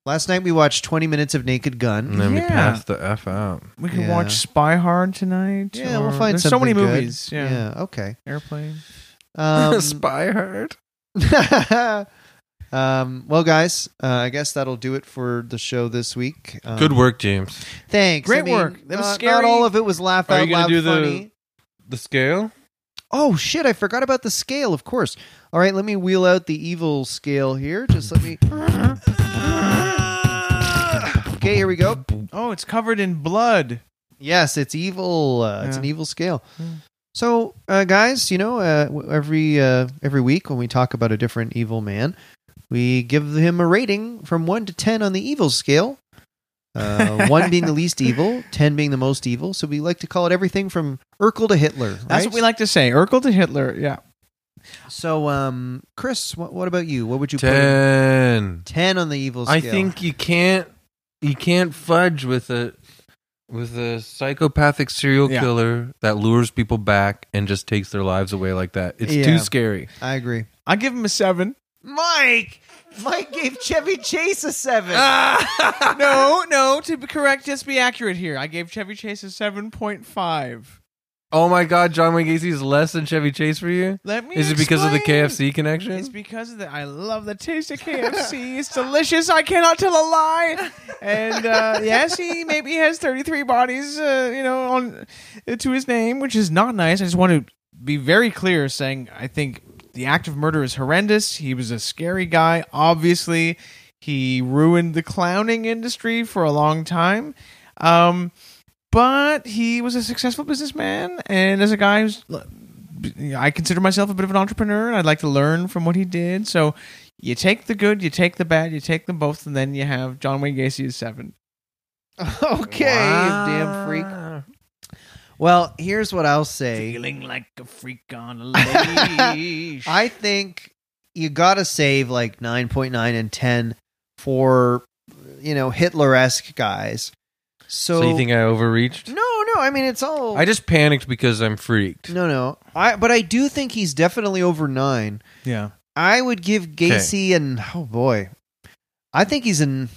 last night we watched 20 minutes of Naked Gun. And then Yeah. we passed the F out. we can Yeah. watch Spy Hard tonight. Yeah, or- we'll find There's so many something good. movies. Yeah. okay. airplane. Um, Spy hurt. um, well, guys, uh, I guess that'll do it for the show this week. Um, Good work, James. Thanks. Great I mean, work. That not, was Not scary. all of it was laugh Are you out gonna loud do the- funny. The scale? Oh shit! I forgot about the scale. Of course. All right, let me wheel out the evil scale here. Just let me. Okay, here we go. Oh, it's covered in blood. Yes, it's evil. Uh, It's Yeah. an evil scale. Yeah. So, uh, guys, you know, uh, w- every uh, every week when we talk about a different evil man, we give him a rating from one to ten on the evil scale. Uh, one being the least evil, ten being the most evil. So we like to call it everything from Urkel to Hitler. That's right? what we like to say. Urkel to Hitler. Yeah. So, um, Chris, what, what about you? What would you put? in- Ten. Ten on the evil scale. I think you can't you can't fudge with a with a psychopathic serial Yeah. killer that lures people back and just takes their lives away like that. It's Yeah. too scary. I agree. I give him a seven. Mike, Mike gave Chevy Chase a seven. no, no. To be correct, just be accurate here. I gave Chevy Chase a seven point five. Oh my god, John Wayne Gacy is less than Chevy Chase for you? Let me. Is it because of the explain. KFC connection? It's because of the I love the taste of KFC. it's delicious. I cannot tell a lie. And uh, yes, he maybe has thirty three bodies, uh, you know, on uh, to his name, which is not nice. I just want to be very clear, saying I think the act of murder is horrendous. He was a scary guy, obviously. He ruined the clowning industry for a long time. Um, but he was a successful businessman, and as a guy who's, I consider myself a bit of an entrepreneur, and I'd like to learn from what he did. So you take the good, you take the bad, you take them both, and then you have John Wayne Gacy as seven. okay, you damn freak. Well, here's what I'll say. Feeling like a freak on a leash. I think you gotta save like nine point nine and ten for you know Hitler esque guys. So, So you think I overreached? No, no. I mean, it's all. I just panicked because I'm freaked. no, no. I but I do think he's definitely over nine. Yeah. I would give Gacy an oh boy, I think he's an.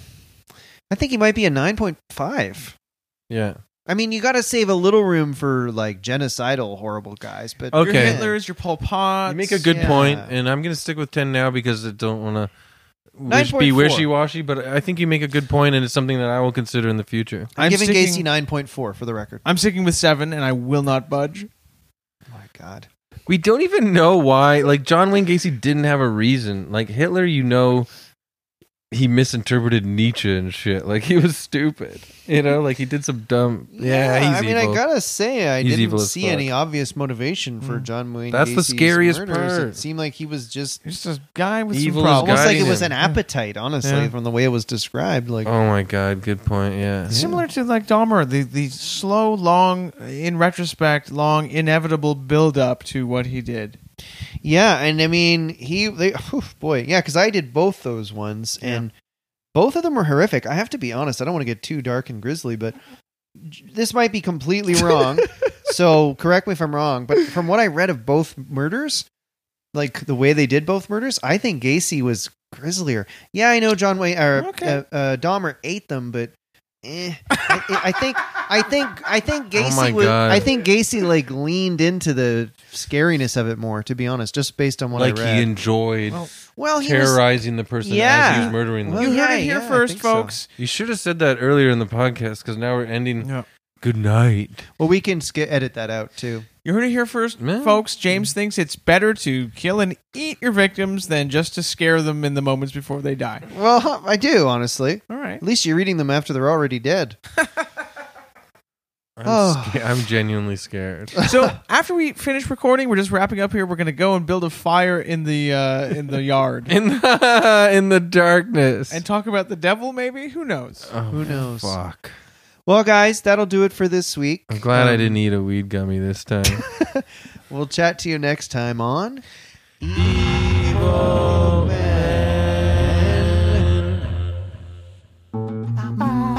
I think he might be a nine point five. Yeah. I mean, you got to save a little room for like genocidal, horrible guys. But Okay. Your Hitler's, your Pol Pot. You make a good yeah. point, and I'm going to stick with 10 now because I don't want to be 9.4. wishy washy, but I think you make a good point, and it's something that I will consider in the future. I'm, I'm giving sticking- Gacy nine point four for the record. I'm sticking with seven, and I will not budge. Oh my God. We don't even know why. Like, John Wayne Gacy didn't have a reason. Like, Hitler, you know, he misinterpreted Nietzsche and shit. Like, he was stupid. You know, like, he did some dumb. Yeah, he's I mean, evil. I gotta say, I He's didn't evil as see fuck. Mm. any obvious motivation for John Wayne. That's the Gacy's scariest murders. part. It seemed like he was just He's just a guy with Evil some is problems. almost like it guiding was him. an appetite, honestly, Yeah. from the way it was described. Like, oh, my God. Good point. Yeah. Similar to like Dahmer, the, the slow, long, in retrospect, long, inevitable build up to what he did. Yeah, and I mean he they oof, boy, yeah, because I did both those ones and both of them were horrific. I have to be honest, I don't want to get too dark and grisly, but j- this might be completely wrong. so correct me if I'm wrong, but from what I read of both murders, like the way they did both murders, I think Gacy was grislier. Yeah, I know John Wayne or Okay. uh, uh, Dahmer ate them, but eh, I, I think I think I think Oh my Gacy was, God. I think Gacy like leaned into the scariness of it more, to be honest, just based on what like I he read. enjoyed Well, well, oh, he was, terrorizing the person as he Yeah. was murdering them. Well, You Oh, heard yeah, it here yeah, I first, think so. folks. you should have said that earlier in the podcast because now we're ending. Mm. Yeah. Good night. well, we can sk- edit that out too. You heard it here first, Man. folks. Mm. James thinks it's better to kill and eat your victims than just to scare them in the moments before they die. Well, huh, I do honestly. All right. At least you're reading them after they're already dead. I'm, Oh. sca- I'm genuinely scared. So after we finish recording, we're just wrapping up here. We're gonna go and build a fire in the uh, in the yard in the in the darkness. and talk about the devil. Maybe who knows? Oh, Who knows? Fuck. Well, guys, that'll do it for this week. I'm glad I Um, didn't eat a weed gummy this time. We'll chat to you next time on. This